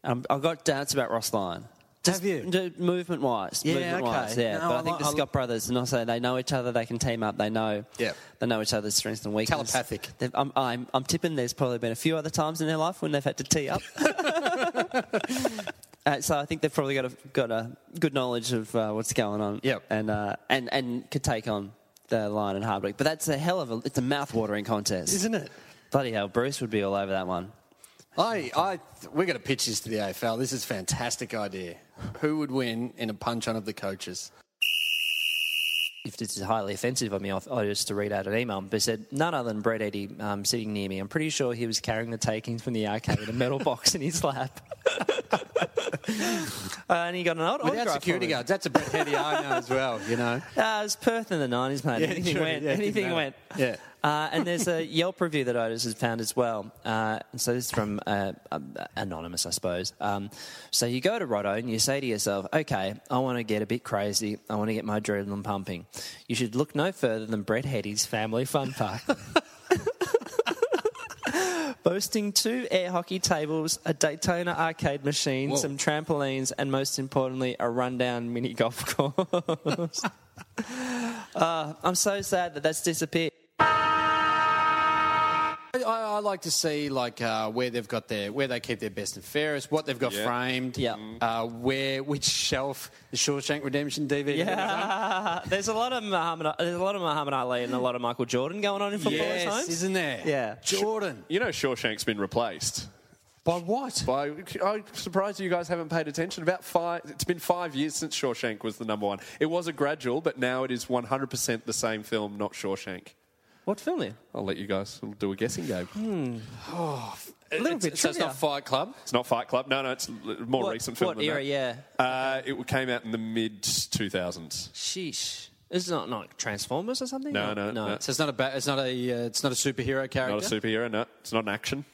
[SPEAKER 1] Um, I've got doubts about Ross Lyon.
[SPEAKER 2] Have you?
[SPEAKER 1] movement wise,
[SPEAKER 2] Yeah,
[SPEAKER 1] movement wise,
[SPEAKER 2] okay.
[SPEAKER 1] yeah.
[SPEAKER 2] No,
[SPEAKER 1] but
[SPEAKER 2] I
[SPEAKER 1] I think
[SPEAKER 2] li-
[SPEAKER 1] the
[SPEAKER 2] I li-
[SPEAKER 1] Scott brothers, and also they know each other. They can team up. They know,
[SPEAKER 2] Yeah.
[SPEAKER 1] they know each other's strengths and weaknesses.
[SPEAKER 2] Telepathic.
[SPEAKER 1] They've- I'm, I'm, I'm tipping. There's probably been a few other times in their life when they've had to tee
[SPEAKER 2] *laughs*
[SPEAKER 1] up. Uh, so I think they've probably got a got a good knowledge of uh, what's going on.
[SPEAKER 2] Yep.
[SPEAKER 1] and uh, and and could take on the line and Hardwick. But that's a hell of a it's a mouth watering contest,
[SPEAKER 2] Isn't it?
[SPEAKER 1] Bloody hell, Bruce would be all over that one.
[SPEAKER 2] I, I, we're going to pitch this to the AFL. This is a fantastic idea. Who would win in a punch on of the coaches?
[SPEAKER 6] if this is highly offensive of me, I'll, I'll just to read out an email. But it said none other than Brett Eddie um, sitting near me. I'm pretty sure he was carrying the takings from the arcade, a metal box in his lap. *laughs* Uh, and he got an old
[SPEAKER 2] Without
[SPEAKER 6] autograph
[SPEAKER 2] security
[SPEAKER 6] from him.
[SPEAKER 2] guards, that's a Brett Hetty I know as well. You know,
[SPEAKER 1] Ah, it was Perth in the nineties, mate.
[SPEAKER 2] Yeah,
[SPEAKER 1] anything
[SPEAKER 2] true.
[SPEAKER 1] went.
[SPEAKER 2] Yeah, it didn't
[SPEAKER 1] anything
[SPEAKER 2] matter.
[SPEAKER 1] went.
[SPEAKER 2] Yeah.
[SPEAKER 1] Uh, and there's
[SPEAKER 2] *laughs*
[SPEAKER 1] a Yelp review that Otis has found as well. Uh, and so this is from uh, um, anonymous, I suppose. Um, so you go to Roto and you say to yourself, "Okay, I want to get a bit crazy. I want to get my adrenaline pumping." You should look no further than Brett Hetty's Family Fun
[SPEAKER 2] *laughs*
[SPEAKER 1] Park. Boasting two air hockey tables, a Daytona arcade machine,
[SPEAKER 2] Whoa.
[SPEAKER 1] some trampolines, and most importantly, a rundown mini golf *laughs* course. *laughs* uh, I'm so sad that that's disappeared.
[SPEAKER 2] I, I, I like to see like uh, where they've got their, where they keep their best and fairest, what they've got framed,
[SPEAKER 1] Yeah.
[SPEAKER 2] uh, where which shelf the Shawshank Redemption DVD. is on.
[SPEAKER 1] Yeah, there's a lot of Muhammad, there's a lot of Muhammad Ali and a lot of Michael Jordan going on in football at
[SPEAKER 2] Yes,
[SPEAKER 1] times.
[SPEAKER 2] isn't there?
[SPEAKER 1] Yeah.
[SPEAKER 2] Jordan.
[SPEAKER 7] You know, Shawshank's been replaced.
[SPEAKER 2] By what?
[SPEAKER 7] By, I'm surprised you guys haven't paid attention. About five, it's been five years since Shawshank was the number one. It was a gradual, but now it is 100% the same film, not Shawshank.
[SPEAKER 1] What film? There?
[SPEAKER 7] I'll let you guys do a guessing game.
[SPEAKER 2] a little bit. So it's
[SPEAKER 1] trivia.
[SPEAKER 2] not Fight Club.
[SPEAKER 7] It's not Fight Club. No, no, it's a more
[SPEAKER 1] What-
[SPEAKER 7] recent film.
[SPEAKER 1] what
[SPEAKER 7] than
[SPEAKER 1] era,
[SPEAKER 7] that.
[SPEAKER 1] yeah.
[SPEAKER 7] Uh, it came out in the mid 2000s.
[SPEAKER 1] Sheesh. It's not like Transformers or something.
[SPEAKER 7] No, no, no.
[SPEAKER 2] So it's not a, ba- it's not a, uh, it's not a superhero character.
[SPEAKER 7] Not a superhero, no. It's not an action.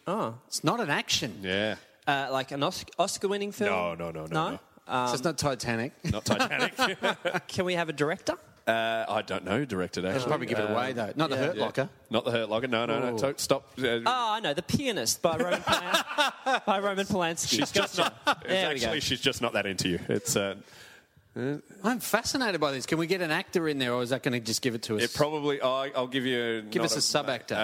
[SPEAKER 2] It's not an action.
[SPEAKER 7] Yeah.
[SPEAKER 1] Uh, like an Osc- Oscar-winning film.
[SPEAKER 7] No, no, no, no, no.
[SPEAKER 2] so it's not Titanic. *laughs*
[SPEAKER 7] Not Titanic. *laughs* uh,
[SPEAKER 1] Can we have a director?
[SPEAKER 7] I don't know who directed actually.
[SPEAKER 2] Probably give it away though. Not the Hurt
[SPEAKER 7] Yeah.
[SPEAKER 2] Locker.
[SPEAKER 7] Not the Hurt Locker. No, no, no. To- stop. Uh,
[SPEAKER 1] Oh, I know, The Pianist by
[SPEAKER 7] *laughs*
[SPEAKER 1] Roman, Polan- by Roman Polanski.
[SPEAKER 7] she's just not. It's
[SPEAKER 1] There we go.
[SPEAKER 7] actually, she's just not that into you. It's. Uh,
[SPEAKER 2] I'm fascinated by this. Can we get an actor in there, or is that going to just give it to us?
[SPEAKER 7] it probably. I I'll give you.
[SPEAKER 2] Give
[SPEAKER 7] not
[SPEAKER 2] us a sub-actor.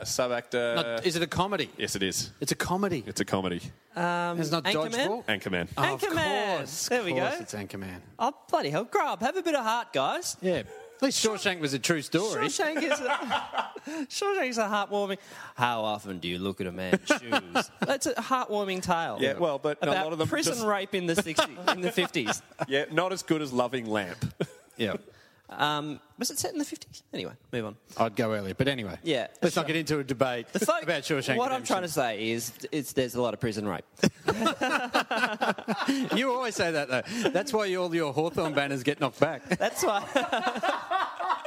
[SPEAKER 7] Uh, sub actor.
[SPEAKER 2] Not- is it a comedy?
[SPEAKER 7] yes, it is.
[SPEAKER 2] It's a comedy.
[SPEAKER 7] It's a comedy.
[SPEAKER 2] it's not
[SPEAKER 1] Um, Anchorman?
[SPEAKER 2] dodgeball.
[SPEAKER 7] Anchorman.
[SPEAKER 2] Oh, of
[SPEAKER 1] Anchorman.
[SPEAKER 2] course,
[SPEAKER 1] There we
[SPEAKER 2] of course
[SPEAKER 1] go.
[SPEAKER 2] It's Anchorman.
[SPEAKER 1] Oh, bloody hell. Grub, have a bit of heart, guys.
[SPEAKER 2] Yeah. At least Shawshank was a true story.
[SPEAKER 1] Shawshank is,
[SPEAKER 7] *laughs*
[SPEAKER 1] a, Shawshank is a heartwarming. How often do you look at a
[SPEAKER 7] *laughs*
[SPEAKER 1] man's shoes? That's a heartwarming tale.
[SPEAKER 7] Yeah, well, but a
[SPEAKER 1] about
[SPEAKER 7] lot of them
[SPEAKER 1] prison
[SPEAKER 7] just-
[SPEAKER 1] rape in the 60s, in the 50s.
[SPEAKER 7] yeah, not as good as Loving Lamp.
[SPEAKER 2] yeah.
[SPEAKER 1] Um, was it set in the 50s? Anyway, move on.
[SPEAKER 2] I'd go earlier, but anyway.
[SPEAKER 1] Yeah,
[SPEAKER 2] Let's
[SPEAKER 1] sure.
[SPEAKER 2] not get into a debate
[SPEAKER 7] *laughs*
[SPEAKER 1] The folk-
[SPEAKER 2] about Shawshank.
[SPEAKER 1] What I'm trying to say is, it's, there's a lot of prison rape.
[SPEAKER 2] to say. You always say that though. That's why you- all your Hawthorn banners get knocked back. *laughs*
[SPEAKER 1] That's why. *laughs*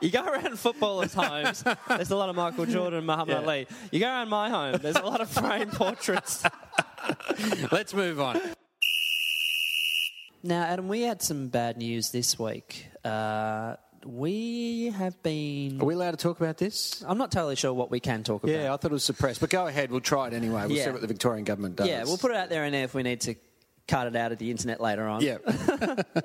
[SPEAKER 1] you go around footballers' homes, there's a lot of Michael Jordan and Muhammad
[SPEAKER 2] Yeah.
[SPEAKER 1] Ali. You go around my home, there's a lot of framed *laughs* portraits.
[SPEAKER 2] Let's move on.
[SPEAKER 1] Now, Adam, we had some bad news this week. Uh, we have been.
[SPEAKER 2] Are we allowed to talk about this?
[SPEAKER 1] I'm not totally sure what we can talk about.
[SPEAKER 2] Yeah, I thought it was suppressed, but go ahead. We'll try it anyway. We'll see
[SPEAKER 1] Yeah.
[SPEAKER 2] what the Victorian government does.
[SPEAKER 1] yeah, we'll put it out there and there if we need to cut it out of the internet later on.
[SPEAKER 2] Yeah.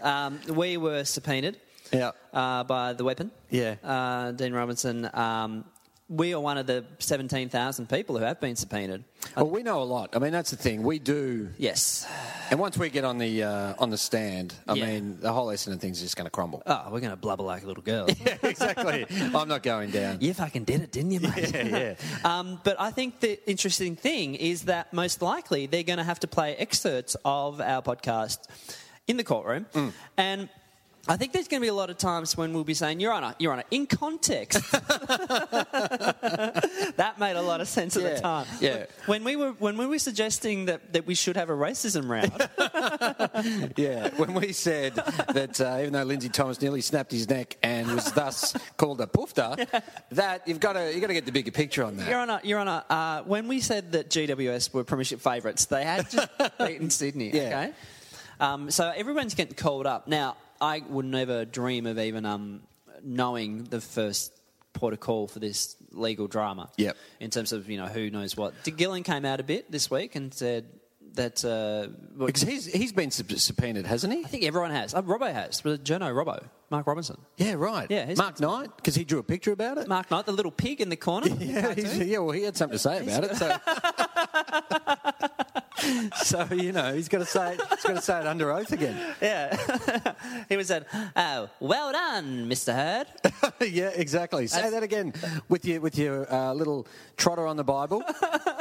[SPEAKER 1] um, we were subpoenaed
[SPEAKER 2] Yeah.
[SPEAKER 1] uh, by the weapon.
[SPEAKER 2] Yeah.
[SPEAKER 1] Uh, Dean Robinson. Um, we are one of the 17,000 people who have been subpoenaed.
[SPEAKER 2] Well, we know a lot. I mean, that's the thing. We do.
[SPEAKER 1] Yes.
[SPEAKER 2] And once we get on the uh, on the stand, I
[SPEAKER 1] Yeah.
[SPEAKER 2] mean, the whole Essendon thing's just going to crumble. *laughs*
[SPEAKER 1] Oh, we're going to blubber like little girls.
[SPEAKER 2] exactly. I'm not going down.
[SPEAKER 1] You fucking did it, didn't you, mate?
[SPEAKER 2] *laughs* yeah.
[SPEAKER 1] *laughs* Um, but I think the interesting thing is that most likely they're going to have to play excerpts of our podcast in the courtroom.
[SPEAKER 2] Mm.
[SPEAKER 1] And I think there's going to be a lot of times when we'll be saying, Your Honour, Your Honour, in context. *laughs* that made a lot of sense at
[SPEAKER 2] Yeah,
[SPEAKER 1] the time.
[SPEAKER 2] yeah.
[SPEAKER 1] Look, When we were, when we were suggesting that, that we should have a racism round,
[SPEAKER 2] Yeah, *laughs* when we said that uh, even though Lindsay Thomas nearly snapped his neck and was thus *laughs* called
[SPEAKER 1] *laughs*
[SPEAKER 2] a poofter, that you've got to you got to get the bigger picture on that.
[SPEAKER 1] Your Honour, Your Honour, uh, when we said that GWS were premiership favourites, they had
[SPEAKER 2] *laughs*
[SPEAKER 1] just beaten Sydney.
[SPEAKER 2] Yeah.
[SPEAKER 1] Okay, um, so everyone's getting called up now. I would never dream of even um, knowing the first port of call for this legal drama.
[SPEAKER 2] Yep.
[SPEAKER 1] In terms of you know who knows what, De Gillen came out a bit this week and said that. Uh, well,
[SPEAKER 2] Because he's he's been sub- subpoenaed, hasn't he?
[SPEAKER 1] I think everyone has. Uh, Robbo has. Well, Jono Robbo, Mark Robinson,
[SPEAKER 2] Yeah, right.
[SPEAKER 1] Yeah, he's-
[SPEAKER 2] Mark Knight, because he drew a picture about it.
[SPEAKER 1] Mark eh? Knight, the little pig in the corner.
[SPEAKER 2] *laughs* yeah, he's- yeah, well, he had something to say about it.
[SPEAKER 1] *laughs*
[SPEAKER 2] So. So you know he's got to say it- he's got to say it under
[SPEAKER 1] *laughs*
[SPEAKER 2] oath again.
[SPEAKER 1] Yeah. he was said, "Oh, well done, Mister Heard."
[SPEAKER 2] yeah, exactly. Say that again with your with your uh, little trotter on the Bible,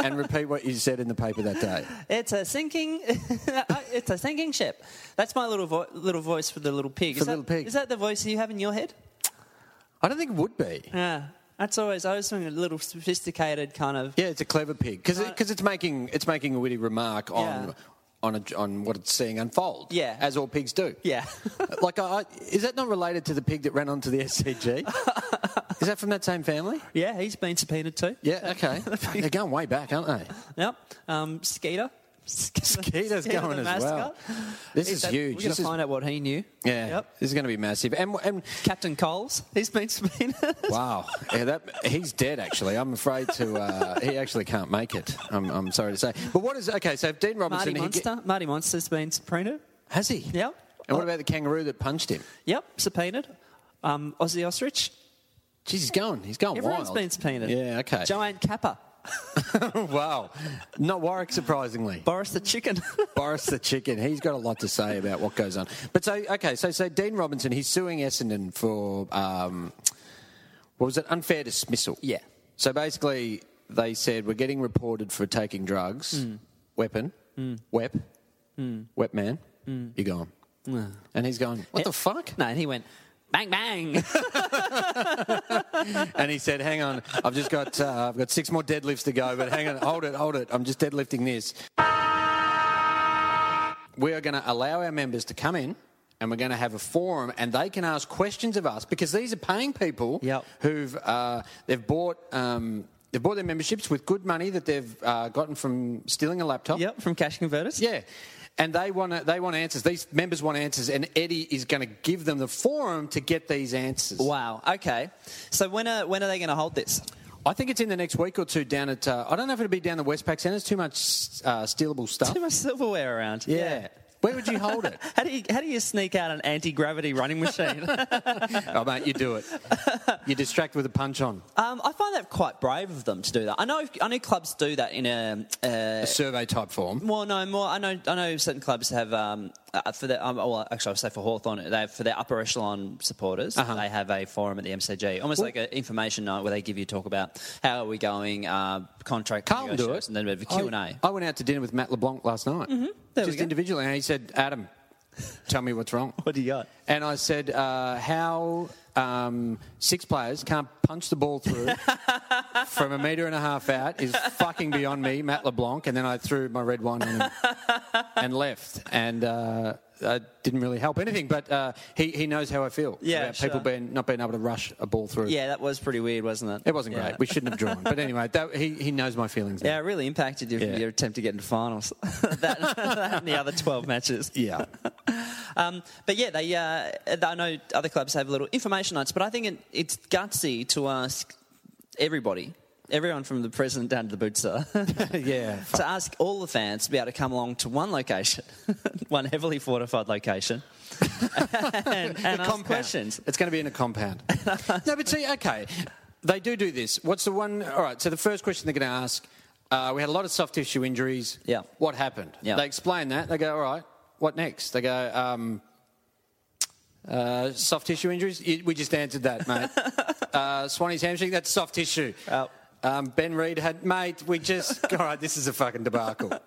[SPEAKER 2] and repeat what you said in the paper that day.
[SPEAKER 1] It's a sinking. *laughs* uh, it's a sinking ship. That's my little vo- little voice for the little pig.
[SPEAKER 2] For
[SPEAKER 1] is
[SPEAKER 2] the
[SPEAKER 1] that,
[SPEAKER 2] little pig.
[SPEAKER 1] Is that the voice you have in your head?
[SPEAKER 2] I don't think it would be.
[SPEAKER 1] Yeah. That's always. I was doing a little sophisticated kind of.
[SPEAKER 2] Yeah, it's a clever pig because it's making it's making a witty remark on
[SPEAKER 1] Uh, Yeah.
[SPEAKER 2] on a, on what it's seeing unfold.
[SPEAKER 1] Yeah.
[SPEAKER 2] as all pigs do.
[SPEAKER 1] Yeah.
[SPEAKER 2] *laughs* like, I, I, is that not related to the pig that ran onto the
[SPEAKER 1] *laughs*
[SPEAKER 2] SCG? is that from that same family?
[SPEAKER 1] Yeah, he's been subpoenaed too. *laughs*
[SPEAKER 2] Yeah. Okay. They're going way back, aren't they?
[SPEAKER 1] Yep. Um, Skeeter.
[SPEAKER 2] Skeeter's
[SPEAKER 1] Skeeter,
[SPEAKER 2] going
[SPEAKER 1] the
[SPEAKER 2] as well. This is
[SPEAKER 1] that-
[SPEAKER 2] huge.
[SPEAKER 1] We're going
[SPEAKER 2] This
[SPEAKER 1] to
[SPEAKER 2] is-
[SPEAKER 1] find out what he knew.
[SPEAKER 2] Yeah.
[SPEAKER 1] Yep.
[SPEAKER 2] This is going to be massive. And
[SPEAKER 1] *laughs*
[SPEAKER 2] and
[SPEAKER 1] Captain Coles. He's been subpoenaed. *laughs*
[SPEAKER 2] wow, yeah, that he's dead. Actually, I'm afraid to. Uh, he actually can't make it. I'm, I'm sorry to say. But what is okay? So if Dean
[SPEAKER 1] Marty
[SPEAKER 2] Robinson he get-
[SPEAKER 1] Monster. Marty Monster's been subpoenaed.
[SPEAKER 2] has he?
[SPEAKER 1] Yep.
[SPEAKER 2] And what about the kangaroo that punched him?
[SPEAKER 1] Yep. Subpoenaed. Um, Aussie Ostrich.
[SPEAKER 2] Jeez, he's going. He's going
[SPEAKER 1] Everyone's
[SPEAKER 2] wild.
[SPEAKER 1] been subpoenaed.
[SPEAKER 2] Yeah, okay.
[SPEAKER 1] Giant Kappa.
[SPEAKER 2] *laughs* wow. Not Warwick, surprisingly.
[SPEAKER 1] Boris the Chicken. *laughs*
[SPEAKER 2] Boris the chicken. He's got a lot to say about what goes on. But so, okay, so so Dean Robinson, he's suing Essendon for um, what was it? Unfair dismissal.
[SPEAKER 1] Yeah.
[SPEAKER 2] So basically, they said we're getting reported for taking drugs,
[SPEAKER 1] Hmm.
[SPEAKER 2] weapon, wep, wep man.
[SPEAKER 1] Hmm.
[SPEAKER 2] You're gone. And he's going,
[SPEAKER 1] Eh.
[SPEAKER 2] what the fuck?
[SPEAKER 1] no, and he went, bang, bang.
[SPEAKER 2] and he said, "Hang on, I've just got uh, I've got six more deadlifts to go, but hang on, hold it, hold it. I'm just deadlifting this." We are going to allow our members to come in. And we're going to have a forum, and they can ask questions of us because these are paying people
[SPEAKER 1] Yep.
[SPEAKER 2] who've uh, they've bought um, they've bought their memberships with good money that they've uh, gotten from stealing a
[SPEAKER 1] *laughs*
[SPEAKER 2] laptop.
[SPEAKER 1] yep, from Cash Converters.
[SPEAKER 2] Yeah. And they want they want answers. These members want answers, and Eddie is going to give them the forum to get these answers.
[SPEAKER 1] Wow. Okay. So when are when are they going to hold this?
[SPEAKER 2] I think it's in the next week or two down at. Uh, I don't know if it'll be down the Westpac Centre. It's too much uh, stealable stuff.
[SPEAKER 1] Too much silverware around.
[SPEAKER 2] yeah. Where would you
[SPEAKER 1] *laughs*
[SPEAKER 2] hold it?
[SPEAKER 1] How do you how do you sneak out an anti gravity running machine?
[SPEAKER 2] oh, mate, you do it. You distract with a punch on.
[SPEAKER 1] *laughs* um, I find that quite brave of them to do that. I know I know clubs do that in a. Uh,
[SPEAKER 2] A survey type form.
[SPEAKER 1] well, no, more. I know. I know. Certain clubs have um, uh, for their. Um, well, actually, I would say for Hawthorn, they have, for their upper echelon supporters, they have a forum at the MCG, almost like an information night where they give you talk about how are we going, uh, contract
[SPEAKER 2] Carlton do
[SPEAKER 1] negotiations,
[SPEAKER 2] it.
[SPEAKER 1] and then a bit of Q and
[SPEAKER 2] I,
[SPEAKER 1] A. Mm-hmm.
[SPEAKER 2] I went out to dinner with Matt LeBlanc last night.
[SPEAKER 1] There we
[SPEAKER 2] Just
[SPEAKER 1] go.
[SPEAKER 2] individually. And he said, Adam, tell me
[SPEAKER 1] *laughs*
[SPEAKER 2] what's wrong.
[SPEAKER 1] What do you got?
[SPEAKER 2] And I said, uh, how um, six players can't punch the ball
[SPEAKER 1] *laughs*
[SPEAKER 2] through from a metre and a half out is fucking beyond me, Matt LeBlanc. And then I threw my red wine on
[SPEAKER 1] *laughs*
[SPEAKER 2] him and left. And uh, that didn't really help anything, but uh, he, he knows how I feel
[SPEAKER 1] Yeah,
[SPEAKER 2] about people
[SPEAKER 1] sure.
[SPEAKER 2] being, not being able to rush a ball through.
[SPEAKER 1] Yeah, that was pretty weird, wasn't it?
[SPEAKER 2] It wasn't
[SPEAKER 1] Yeah.
[SPEAKER 2] great. We shouldn't have drawn. But anyway, that, he, he knows my feelings.
[SPEAKER 1] *laughs* Yeah,
[SPEAKER 2] Now.
[SPEAKER 1] it really impacted your,
[SPEAKER 2] Yeah.
[SPEAKER 1] your attempt to get into finals. *laughs* that, that and the other 12 matches.
[SPEAKER 2] Yeah.
[SPEAKER 1] Um, but yeah, they. Uh, I know other clubs have little information nights, but I think it, it's gutsy to ask everybody, everyone from the president down to the *laughs* bootser,
[SPEAKER 2] Yeah.
[SPEAKER 1] to ask all the fans to be able to come along to one location, *laughs* one heavily fortified location, *laughs* and, and ask questions. *laughs*
[SPEAKER 2] It's going to be in a compound. no, but see, okay. They do do this. What's the one? All right. So the first question they're going to ask: uh, We had a lot of soft tissue injuries.
[SPEAKER 1] Yeah.
[SPEAKER 2] What happened?
[SPEAKER 1] Yeah.
[SPEAKER 2] They explain that. They go, all right. What next? They go, um, uh, soft tissue injuries. You- We just answered
[SPEAKER 1] *laughs*
[SPEAKER 2] that, mate. uh, Swanee's hamstring. That's soft tissue. Um, ben Reed had, mate. We just. *laughs* all right. This is a fucking debacle.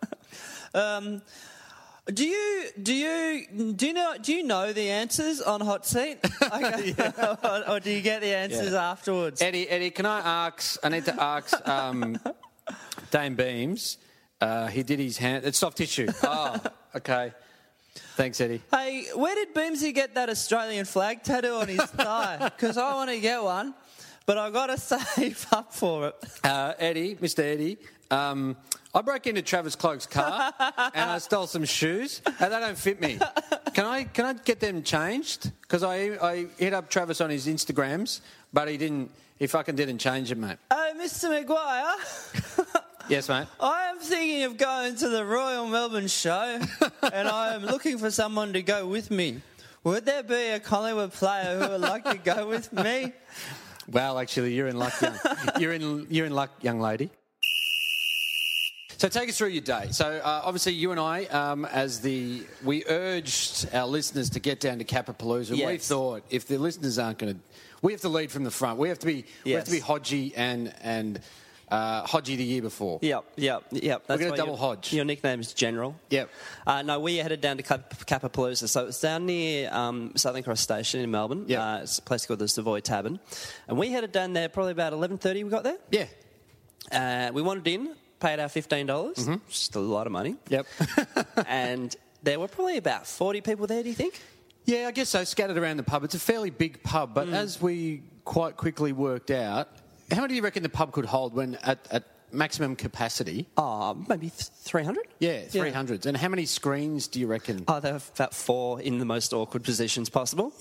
[SPEAKER 8] Do you do you do you know do you know the answers on hot seat, Okay. *laughs* or, or do you get the answers afterwards?
[SPEAKER 2] Eddie, Eddie, can I ask? I need to ask um, Dame Beams. Uh, he did his hand. It's soft tissue. Oh, okay. Thanks, Eddie.
[SPEAKER 8] Hey, where did Beamsy get that Australian flag tattoo on his thigh? Because I want to get one, but I got to *laughs* save up for it.
[SPEAKER 2] Uh, Eddie, Mr. Eddie. Um, I broke into Travis Cloak's car and I stole some shoes, and they don't fit me. Can I can I get them changed? Because I I hit up Travis on his Instagrams, but he didn't. He fucking didn't change it, mate.
[SPEAKER 8] Oh, Mr. Maguire, *laughs*
[SPEAKER 2] Yes, mate.
[SPEAKER 8] I am thinking of going to the Royal Melbourne show, and I am looking for someone to go with me. Would there be a Collingwood player who would like to go with me?
[SPEAKER 2] Well, actually, you're in luck,
[SPEAKER 1] *laughs*
[SPEAKER 2] young. you're in you're in luck, young lady. So take us through your day. So uh, obviously, you and I, um, as the we urged our listeners to get down to Capapalooza. We
[SPEAKER 1] Yes.
[SPEAKER 2] thought if the listeners aren't going to, we have to lead from the front. We have to be we have to be
[SPEAKER 1] Yes.
[SPEAKER 2] Hodgy and and uh, Hodgy the year before.
[SPEAKER 1] Yep, yep, yep. That's
[SPEAKER 2] gonna
[SPEAKER 1] why
[SPEAKER 2] double
[SPEAKER 1] your-
[SPEAKER 2] hodge.
[SPEAKER 1] Your nickname is General.
[SPEAKER 2] Yep.
[SPEAKER 1] Uh, no, we headed down to Cap- Capapalooza. So it's down near um, Southern Cross Station in Melbourne.
[SPEAKER 2] Yep.
[SPEAKER 1] Uh, it's a place called the Savoy Tavern. And we headed down there probably about 11.30 we got there.
[SPEAKER 2] Yeah.
[SPEAKER 1] Uh, we wanted in, paid our $15, dollars just a lot of money.
[SPEAKER 2] Mm-hmm.
[SPEAKER 1] *laughs*
[SPEAKER 2] Yep. *laughs*
[SPEAKER 1] and there were probably about 40 people there, do you think?
[SPEAKER 2] Yeah, I guess so. Scattered around the pub. It's a fairly big pub,
[SPEAKER 1] Mm.
[SPEAKER 2] but as we quite quickly worked out, how many do you reckon the pub could hold when at, at maximum capacity?
[SPEAKER 1] Oh, maybe th- 300?
[SPEAKER 2] Yeah, 300s. And how many screens do you reckon?
[SPEAKER 1] Oh, there were about four in the most awkward positions possible.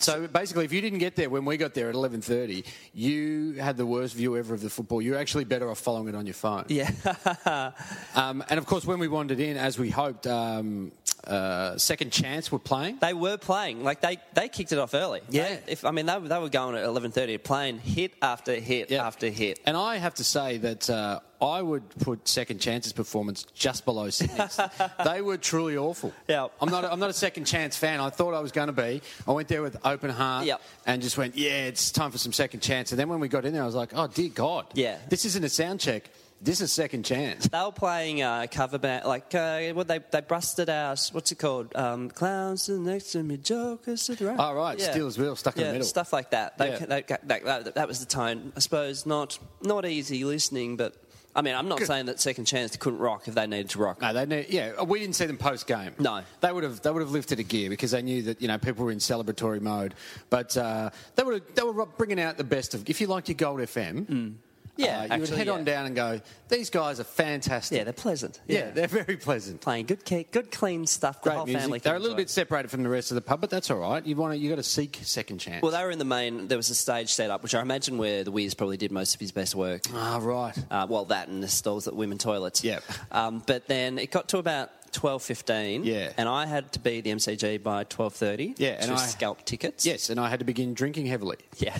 [SPEAKER 2] So basically, if you didn't get there when we got there at 11.30, you had the worst view ever of the football. You're actually better off following it on your phone.
[SPEAKER 1] Yeah. *laughs*
[SPEAKER 2] Um, and of course, when we wandered in, as we hoped, um, uh, Second Chance were playing.
[SPEAKER 1] They were playing like they, they kicked it off early.
[SPEAKER 2] Yeah.
[SPEAKER 1] They- if I mean they, were- they were going at eleven thirty, playing hit after hit
[SPEAKER 2] Yeah.
[SPEAKER 1] after hit.
[SPEAKER 2] And I have to say that uh, I would put Second Chance's performance just
[SPEAKER 1] *laughs*
[SPEAKER 2] below Sydney's. they were truly awful.
[SPEAKER 1] Yeah.
[SPEAKER 2] I'm not. A, I'm not a Second Chance fan. I thought I was going to be. I went there with open heart.
[SPEAKER 1] Yeah.
[SPEAKER 2] And just went, yeah, it's time for some Second Chance. And then when we got in there, I was like, oh dear God.
[SPEAKER 1] Yeah.
[SPEAKER 2] This isn't a sound check. This is Second Chance. *laughs*
[SPEAKER 1] They were playing uh, cover band like uh, what they they busted out. What's it called? Um, Clowns to the next to me, jokers to the right.
[SPEAKER 2] Oh, right, Steelers wheel stuck in the
[SPEAKER 1] Yeah,
[SPEAKER 2] middle.
[SPEAKER 1] Stuff like that. They,
[SPEAKER 2] Yeah.
[SPEAKER 1] they- that, that- that was the tone. I suppose not not easy listening, but I mean I'm not saying that second chance couldn't rock if they needed to rock.
[SPEAKER 2] No, they knew. Yeah, we didn't see them post game.
[SPEAKER 1] No.
[SPEAKER 2] they would have. They would have lifted a gear because they knew that you know people were in celebratory mode. But uh, they would. They were bringing out the best of. If you liked your Gold FM,
[SPEAKER 1] Yeah,
[SPEAKER 2] uh, you would
[SPEAKER 1] actually,
[SPEAKER 2] head on
[SPEAKER 1] yeah.
[SPEAKER 2] down and go. These guys are fantastic.
[SPEAKER 1] Yeah, they're pleasant.
[SPEAKER 2] Yeah, they're very pleasant.
[SPEAKER 1] playing good, ke- good clean stuff. the
[SPEAKER 2] Great
[SPEAKER 1] whole family.
[SPEAKER 2] music.
[SPEAKER 1] can
[SPEAKER 2] They're a little
[SPEAKER 1] enjoy.
[SPEAKER 2] bit separated from the rest of the pub, but that's all right. You want to. You got to seek second chance.
[SPEAKER 1] Well, they were in the main. There was a stage set up, which I imagine where the Weir's probably did most of his best work.
[SPEAKER 2] ah, right.
[SPEAKER 1] Uh, well, that and the stalls at women toilets.
[SPEAKER 2] Yep.
[SPEAKER 1] Um, but then it got to about twelve fifteen.
[SPEAKER 2] Yeah.
[SPEAKER 1] And I had to be the MCG by twelve thirty.
[SPEAKER 2] Yeah, and
[SPEAKER 1] To
[SPEAKER 2] I-
[SPEAKER 1] scalp tickets.
[SPEAKER 2] Yes, and I had to begin drinking heavily.
[SPEAKER 1] *laughs* Yeah.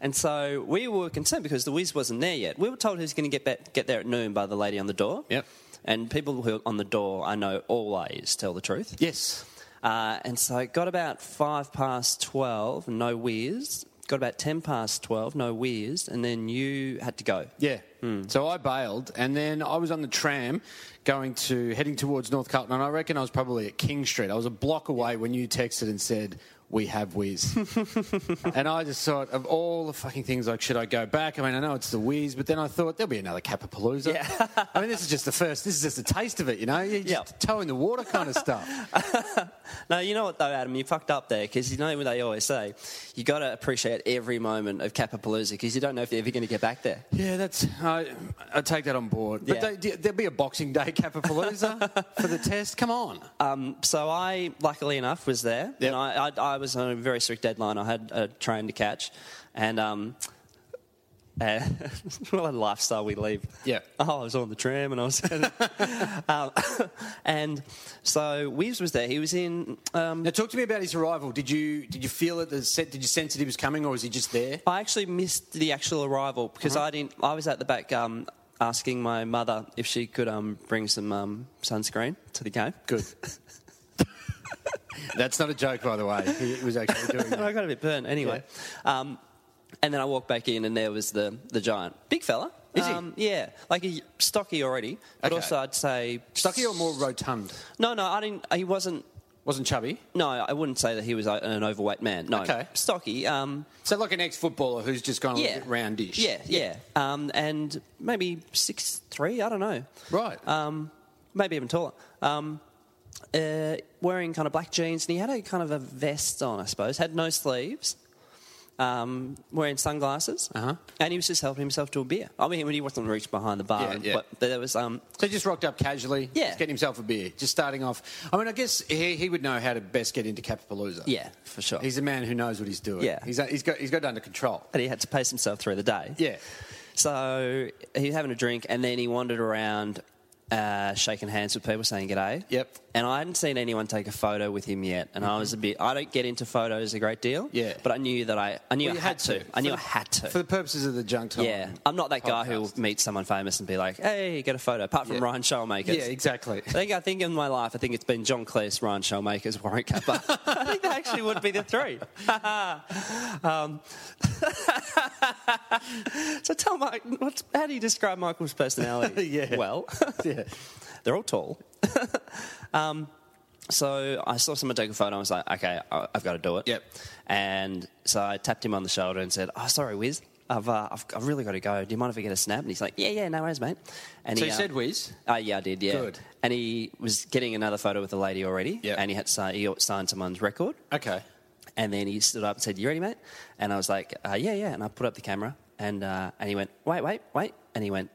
[SPEAKER 1] And so we were concerned because the Wiz wasn't there yet. We were told he was going to get back, get there at noon by the lady on the door.
[SPEAKER 2] Yep.
[SPEAKER 1] And people who are on the door, I know, always tell the truth.
[SPEAKER 2] Yes.
[SPEAKER 1] Uh, and so it got about five past 12, no weirs. Got about 10 past 12, no weirs. And then you had to go.
[SPEAKER 2] Yeah. So I bailed, and then I was on the tram going to heading towards North Carlton, and I reckon I was probably at King Street. I was a block away when you texted and said. We have Wiz. *laughs* and I just thought, of all the fucking things, like, should I go back? I mean, I know it's the Wiz, but then I thought, there'll be another Capapalooza. *laughs* I mean, this is just the first, this is just a taste of it, you know? You're just
[SPEAKER 1] Yep.
[SPEAKER 2] toe in the water kind *laughs* of stuff.
[SPEAKER 1] No, you know what though, Adam? You fucked up there because you know what they always say. you got to appreciate every moment of Capapalooza because you don't know if you're ever going to get back there.
[SPEAKER 2] Yeah, that's. I, I take that on board. But
[SPEAKER 1] Yeah.
[SPEAKER 2] they, there'll be a Boxing Day *laughs* Capapalooza for the test. Come on.
[SPEAKER 1] Um, So I, luckily enough, was there.
[SPEAKER 2] Yep.
[SPEAKER 1] And I, I, I was on a very strict deadline. I had a train to catch. And um, And *laughs* what a lifestyle we live.
[SPEAKER 2] Yeah.
[SPEAKER 1] Oh, I was on the tram and I was. *laughs* um, *laughs* and so Weaves was there. He was in. Um,
[SPEAKER 2] Now, talk to me about his arrival. Did you did you feel it? The set? Did you sense that he was coming, or was he just there?
[SPEAKER 1] I actually missed the actual arrival because
[SPEAKER 2] Uh-huh.
[SPEAKER 1] I didn't. I was at the back um, asking my mother if she could um, bring some um, sunscreen to the game.
[SPEAKER 2] Good.
[SPEAKER 1] *laughs*
[SPEAKER 2] That's not a joke, by the way. He was actually doing
[SPEAKER 1] And *laughs* I
[SPEAKER 2] *laughs* that.
[SPEAKER 1] got a bit burnt anyway. Um, and then I walked back in, and there was the, the giant, big fella.
[SPEAKER 2] Is he?
[SPEAKER 1] Um, yeah, like he, stocky already, but
[SPEAKER 2] Okay.
[SPEAKER 1] also I'd say
[SPEAKER 2] Stucky or more rotund?
[SPEAKER 1] No, no, I didn't. He wasn't.
[SPEAKER 2] Wasn't chubby.
[SPEAKER 1] No, I wouldn't say that he was uh, an overweight man. No,
[SPEAKER 2] Okay.
[SPEAKER 1] stocky. Um,
[SPEAKER 2] So like an ex-footballer who's just gone a
[SPEAKER 1] yeah,
[SPEAKER 2] little bit roundish.
[SPEAKER 1] Yeah, yeah, um, and maybe six three. I don't know.
[SPEAKER 2] Right.
[SPEAKER 1] Um, maybe even taller. Um, uh, wearing kind of black jeans, and he had a kind of a vest on, I suppose. Had no sleeves. Um, wearing sunglasses,
[SPEAKER 2] Uh-huh.
[SPEAKER 1] and he was just helping himself to a beer. I mean, when he wasn't reached behind the bar,
[SPEAKER 2] Yeah, yeah.
[SPEAKER 1] but there was um,
[SPEAKER 2] So he just rocked up casually,
[SPEAKER 1] Yeah.
[SPEAKER 2] just getting himself a beer, just starting off. I mean, I guess he, he would know how to best get into Capapalooza.
[SPEAKER 1] yeah, for sure.
[SPEAKER 2] He's a man who knows what he's doing.
[SPEAKER 1] Yeah.
[SPEAKER 2] He's, he's, got, he's got it under control.
[SPEAKER 1] and he had to pace himself through the day.
[SPEAKER 2] Yeah.
[SPEAKER 1] So he was having a drink, and then he wandered around, uh, shaking hands with people, saying "g'day."
[SPEAKER 2] Yep. Mm-hmm.
[SPEAKER 1] And I hadn't seen anyone take a photo with him yet, and I was a bit. I don't get into photos a great deal.
[SPEAKER 2] Yeah.
[SPEAKER 1] But I knew that I. I knew
[SPEAKER 2] Well,
[SPEAKER 1] I
[SPEAKER 2] you
[SPEAKER 1] had,
[SPEAKER 2] had
[SPEAKER 1] to.
[SPEAKER 2] to.
[SPEAKER 1] I knew
[SPEAKER 2] For
[SPEAKER 1] I
[SPEAKER 2] the-
[SPEAKER 1] had to.
[SPEAKER 2] For the purposes of the junk time.
[SPEAKER 1] yeah, I'm not that guy who will
[SPEAKER 2] podcast.
[SPEAKER 1] meet someone famous and be like, "Hey, get a photo." Apart from
[SPEAKER 2] Yeah.
[SPEAKER 1] Ryan Showmakers.
[SPEAKER 2] Yeah, exactly.
[SPEAKER 1] I think I think in my life, I think it's been John Cleese, Ryan Showmakers, Warren
[SPEAKER 2] *laughs*
[SPEAKER 1] Kappa. I think they actually would be the three. um, *laughs* so tell Mike, what's, how do you describe Michael's personality?
[SPEAKER 2] *laughs* Yeah.
[SPEAKER 1] Well,
[SPEAKER 2] Yeah.
[SPEAKER 1] they're all tall. *laughs* um, so I saw someone take a photo. and I was like, okay, I- I've got to do it.
[SPEAKER 2] Yep.
[SPEAKER 1] And so I tapped him on the shoulder and said, oh, sorry, Wiz. I've, uh, I've, I've really got to go. Do you mind if I get a snap? And he's like, yeah, yeah, no worries, mate. And
[SPEAKER 2] So
[SPEAKER 1] he,
[SPEAKER 2] you said Wiz?
[SPEAKER 1] Uh, yeah, I did, yeah.
[SPEAKER 2] Good.
[SPEAKER 1] And he was getting another photo with a lady already.
[SPEAKER 2] Yep.
[SPEAKER 1] And he had signed, he signed someone's record.
[SPEAKER 2] Okay.
[SPEAKER 1] And then he stood up and said, "You ready, mate?" And I was like, uh, "Yeah, yeah." And I put up the camera, and uh, and he went, "Wait, wait, wait!" And he went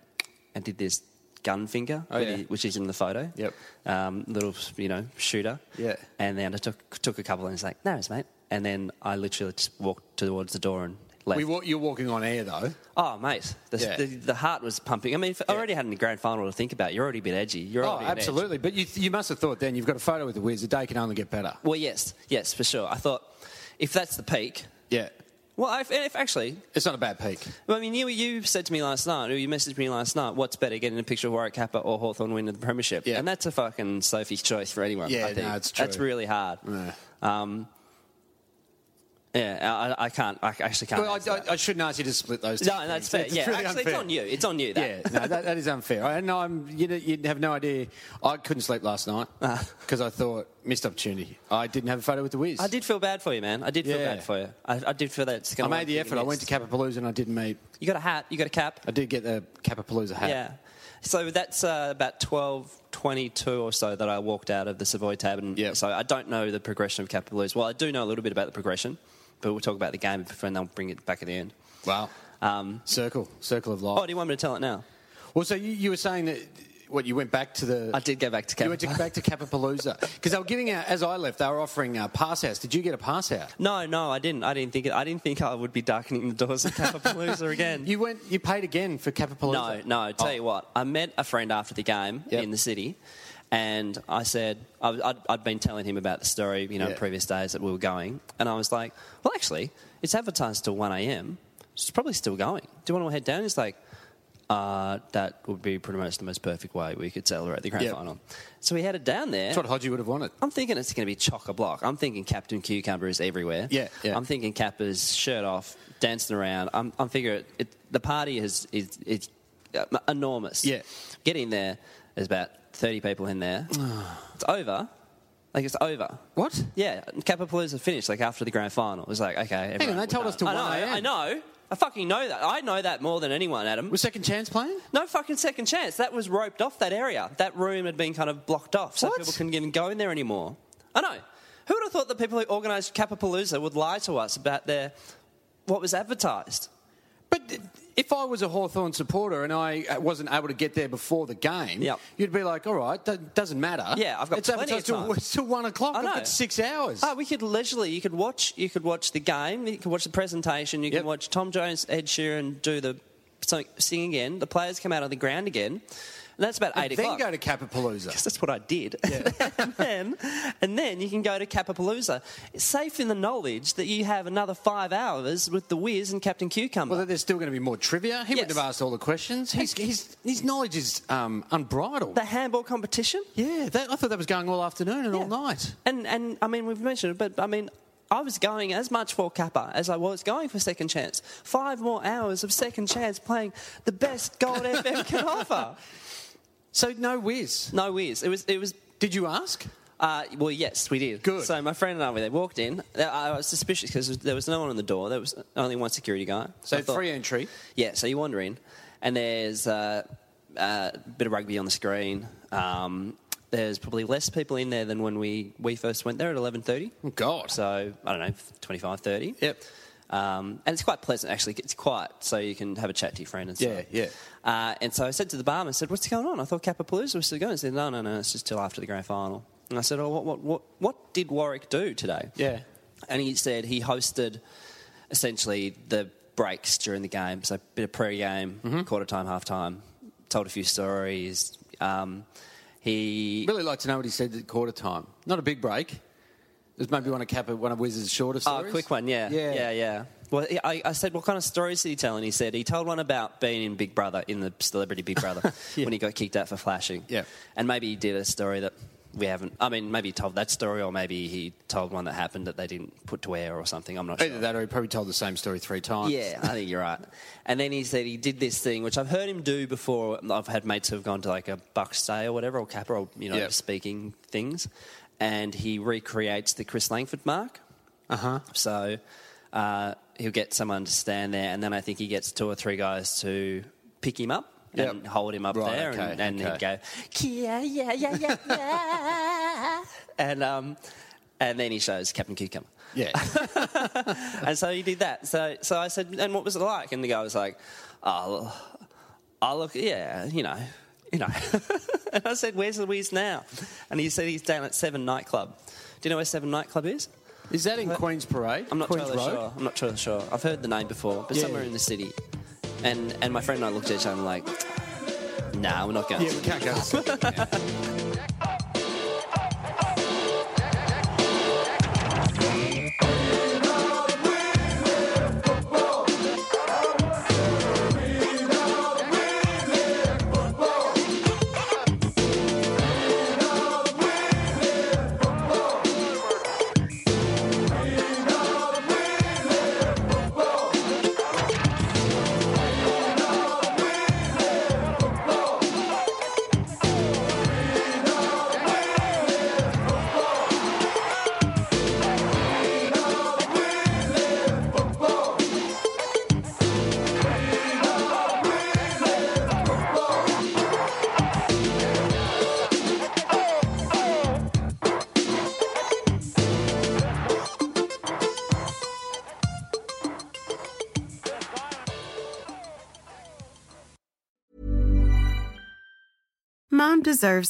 [SPEAKER 1] and did this gun finger,
[SPEAKER 2] Oh,
[SPEAKER 1] with
[SPEAKER 2] yeah.
[SPEAKER 1] the- which is in the photo.
[SPEAKER 2] Yep.
[SPEAKER 1] Um, little, you know, shooter.
[SPEAKER 2] Yeah.
[SPEAKER 1] And then I took took a couple, and he's like, "No, it's mate." And then I literally just walked towards the door and left.
[SPEAKER 2] We, wa- you're walking on air, though.
[SPEAKER 1] oh, mate, the,
[SPEAKER 2] Yeah.
[SPEAKER 1] the, the heart was pumping. I mean, if I
[SPEAKER 2] Yeah.
[SPEAKER 1] already had a grand final to think about. You're already a bit edgy. You're
[SPEAKER 2] Oh,
[SPEAKER 1] already an edge.
[SPEAKER 2] absolutely. But you, you must have thought then you've got a photo with the Wiz. The day can only get better.
[SPEAKER 1] Well, yes, yes, for sure. I thought if that's the peak.
[SPEAKER 2] Yeah.
[SPEAKER 1] Well, if, if actually,
[SPEAKER 2] It's not a bad peak.
[SPEAKER 1] Well, I mean, you, you said to me last night, or you messaged me last night, what's better, getting a picture of Warwick Kappa or Hawthorn winning the Premiership?
[SPEAKER 2] Yeah.
[SPEAKER 1] And that's a fucking Sophie's choice for anyone.
[SPEAKER 2] Yeah,
[SPEAKER 1] I think.
[SPEAKER 2] no, it's
[SPEAKER 1] That's
[SPEAKER 2] true.
[SPEAKER 1] really hard.
[SPEAKER 2] Yeah.
[SPEAKER 1] Um, yeah, I, I can't, I actually can't.
[SPEAKER 2] Well,
[SPEAKER 1] answer
[SPEAKER 2] I,
[SPEAKER 1] that.
[SPEAKER 2] I, I shouldn't ask you to split those. two
[SPEAKER 1] no, that's
[SPEAKER 2] things.
[SPEAKER 1] fair. Yeah,
[SPEAKER 2] really
[SPEAKER 1] actually,
[SPEAKER 2] unfair.
[SPEAKER 1] it's on you. It's on you. That.
[SPEAKER 2] Yeah, no, that, that is unfair. I, no, I'm, you, know, you'd have no idea. I couldn't sleep last night
[SPEAKER 1] Ah.
[SPEAKER 2] because I thought missed opportunity. I didn't have a photo with the Wiz.
[SPEAKER 1] I did feel bad for you, man. I did feel
[SPEAKER 2] Yeah.
[SPEAKER 1] bad for you. I, I did feel that it's
[SPEAKER 2] I
[SPEAKER 1] going
[SPEAKER 2] made the effort. I went to Capapalooza and I didn't meet.
[SPEAKER 1] You got a hat. You got a cap.
[SPEAKER 2] I did get the Capapalooza hat.
[SPEAKER 1] Yeah. So that's uh, about twelve twenty-two or so that I walked out of the Savoy Tavern.
[SPEAKER 2] Yep.
[SPEAKER 1] So I don't know the progression of Capital Blues. Well, I do know a little bit about the progression, but we'll talk about the game and they'll bring it back at the end.
[SPEAKER 2] Wow.
[SPEAKER 1] Um,
[SPEAKER 2] Circle, circle of life.
[SPEAKER 1] oh, do you want me to tell it now?
[SPEAKER 2] Well, so you, you were saying that what you went back to the.
[SPEAKER 1] I did go back to
[SPEAKER 2] You went to,
[SPEAKER 1] Capapalooza.
[SPEAKER 2] back to Capapalooza
[SPEAKER 1] *laughs*
[SPEAKER 2] because they were giving out. As I left, they were offering uh, pass outs. Did you get a pass out?
[SPEAKER 1] No, no, I didn't. I didn't think. I didn't think I would be darkening the doors of Capapalooza *laughs* again.
[SPEAKER 2] You went. You paid again for
[SPEAKER 1] No,
[SPEAKER 2] Capapalooza.
[SPEAKER 1] no. I Tell
[SPEAKER 2] Oh.
[SPEAKER 1] you what, I met a friend after the game
[SPEAKER 2] Yep.
[SPEAKER 1] in the city, and I said I, was- I'd, I'd been telling him about the story, you know,
[SPEAKER 2] Yeah.
[SPEAKER 1] previous days that we were going, and I was like, "Well, actually, it's advertised till one a.m. It's probably still going. Do you want to head down?" He's like, uh, "That would be pretty much the most perfect way we could celebrate the grand
[SPEAKER 2] Yep.
[SPEAKER 1] final." So we headed down there.
[SPEAKER 2] That's what Hodgie would have wanted.
[SPEAKER 1] I'm thinking it's going to be chock a block. I'm thinking Captain Cucumber is everywhere.
[SPEAKER 2] Yeah, yeah.
[SPEAKER 1] I'm thinking Kappa's shirt off, dancing around. I'm, I'm figuring it, it, the party is is, is uh, enormous.
[SPEAKER 2] Yeah.
[SPEAKER 1] Getting there, there's about 30 people in
[SPEAKER 2] *sighs*
[SPEAKER 1] there. it's over. Like, it's over.
[SPEAKER 2] What?
[SPEAKER 1] Yeah, Capapalooza finished, like, after the grand final. It was like, okay. everyone,
[SPEAKER 2] they
[SPEAKER 1] we're
[SPEAKER 2] told us
[SPEAKER 1] done.
[SPEAKER 2] to
[SPEAKER 1] I know,
[SPEAKER 2] 1
[SPEAKER 1] I
[SPEAKER 2] a.m..
[SPEAKER 1] know. I fucking know that. I know that more than anyone, Adam.
[SPEAKER 2] Was Second Chance playing?
[SPEAKER 1] No fucking second chance. That was roped off that area. That room had been kind of blocked off, so
[SPEAKER 2] What?
[SPEAKER 1] people couldn't even go in there anymore. I know. Who would have thought the people who organised Capapalooza would lie to us about their what was advertised?
[SPEAKER 2] But if I was a Hawthorn supporter and I uh, wasn't able to get there before the game,
[SPEAKER 1] Yep.
[SPEAKER 2] you'd be like, all right, that doesn't matter.
[SPEAKER 1] Yeah, I've got
[SPEAKER 2] it's
[SPEAKER 1] plenty of
[SPEAKER 2] advertised till-
[SPEAKER 1] time.
[SPEAKER 2] It's *laughs* till one o'clock.
[SPEAKER 1] I know.
[SPEAKER 2] I've got six hours.
[SPEAKER 1] Oh, we could leisurely. You could watch. You could watch the game. You could watch the presentation. You
[SPEAKER 2] Yep.
[SPEAKER 1] can watch Tom Jones, Ed Sheeran do the sing, sing again. The players come out on the ground again. And that's about eight
[SPEAKER 2] then
[SPEAKER 1] o'clock.
[SPEAKER 2] go to Capapalooza.
[SPEAKER 1] 'Cause that's what I did. *laughs* and, then, and then you can go to Capapalooza, safe in the knowledge that you have another five hours with the Wiz and Captain Cucumber.
[SPEAKER 2] Well, there's still going to be more trivia. He wouldn't
[SPEAKER 1] Yes.
[SPEAKER 2] have asked all the questions. His, his, his knowledge is um, unbridled.
[SPEAKER 1] the handball competition.
[SPEAKER 2] yeah, that, I thought that was going all afternoon and all
[SPEAKER 1] Yeah.
[SPEAKER 2] night.
[SPEAKER 1] And and I mean, we've mentioned it, but I mean, I was going as much for Kappa as I was going for Second Chance. Five more hours of Second Chance playing the best
[SPEAKER 2] *laughs*
[SPEAKER 1] Gold FM can offer.
[SPEAKER 2] So no whiz.
[SPEAKER 1] No whiz. It was it was.
[SPEAKER 2] Did you ask?
[SPEAKER 1] Uh, well, yes, we did.
[SPEAKER 2] Good.
[SPEAKER 1] So my friend and I, we walked in. I- I was suspicious because there was no one on the door. There was only one security guy.
[SPEAKER 2] So
[SPEAKER 1] I thought-
[SPEAKER 2] free entry.
[SPEAKER 1] Yeah, so you wander in, and there's uh, uh, a bit of rugby on the screen. Um, there's probably less people in there than when we, we first went there at 11.30.
[SPEAKER 2] Oh, God.
[SPEAKER 1] So, I don't know, 25, 30.
[SPEAKER 2] Yep.
[SPEAKER 1] Um, and it's quite pleasant, actually. It's quiet, so you can have a chat to your friend and stuff.
[SPEAKER 2] Yeah,
[SPEAKER 1] yeah. Uh, and so I said to the barman, I said, what's going on? I thought Capapalooza was still going. He said, no, no, no, it's just till after the grand final. And I said, oh, what, what, what, what did Warwick do today?
[SPEAKER 2] Yeah.
[SPEAKER 1] And he said he hosted essentially the breaks during the game. So a bit of pre-game,
[SPEAKER 2] Mm-hmm.
[SPEAKER 1] quarter time, half time. Told a few stories. Um, he
[SPEAKER 2] Really like to know what he said at quarter time. Not a big break. It was maybe one of Kappa, one of Wiz's shortest.
[SPEAKER 1] oh, quick one, yeah,
[SPEAKER 2] Yeah.
[SPEAKER 1] yeah, yeah. Well, he- I, I said, what kind of stories did he tell? And he said he told one about being in Big Brother, in the celebrity Big
[SPEAKER 2] *laughs*
[SPEAKER 1] Brother, when he got kicked out for flashing.
[SPEAKER 2] Yeah.
[SPEAKER 1] and maybe he did a story that. We haven't. I mean, maybe he told that story, or maybe he told one that happened that they didn't put to air, or something. I'm not sure.
[SPEAKER 2] Either that or he probably told the same story three times.
[SPEAKER 1] Yeah, I think you're right. And then he said he did this thing, which I've heard him do before. I've had mates who've gone to like a Bucks Day or whatever, or Kappa, or you know,
[SPEAKER 2] Yep.
[SPEAKER 1] speaking things, and he recreates the Chris Langford mark. Uh
[SPEAKER 2] Uh-huh.
[SPEAKER 1] huh. So uh, he'll get someone to stand there, and then I think he gets two or three guys to pick him up. And
[SPEAKER 2] Yep.
[SPEAKER 1] hold him up
[SPEAKER 2] Right,
[SPEAKER 1] there,
[SPEAKER 2] okay,
[SPEAKER 1] and, and
[SPEAKER 2] okay.
[SPEAKER 1] he'd go, yeah, yeah, yeah, yeah, yeah, and um, and then he shows Captain Cucumber. *laughs*
[SPEAKER 2] Yeah.
[SPEAKER 1] And so he did that. So, so I said, and what was it like? And the guy was like, oh, I look, yeah, you know, you know. *laughs* and I said, where's the Wiz now? And he said he's down at Seven Nightclub. Do you know where Seven Nightclub is?
[SPEAKER 2] is that in Queen's Parade?
[SPEAKER 1] I'm not
[SPEAKER 2] Queen's
[SPEAKER 1] totally
[SPEAKER 2] Road?
[SPEAKER 1] sure. I'm not totally sure. I've heard the name before, but
[SPEAKER 2] Yeah.
[SPEAKER 1] somewhere in the city. And and my friend and I looked at each other and like, nah, we're not going.
[SPEAKER 2] Yeah, we can't go.
[SPEAKER 9] Mom deserves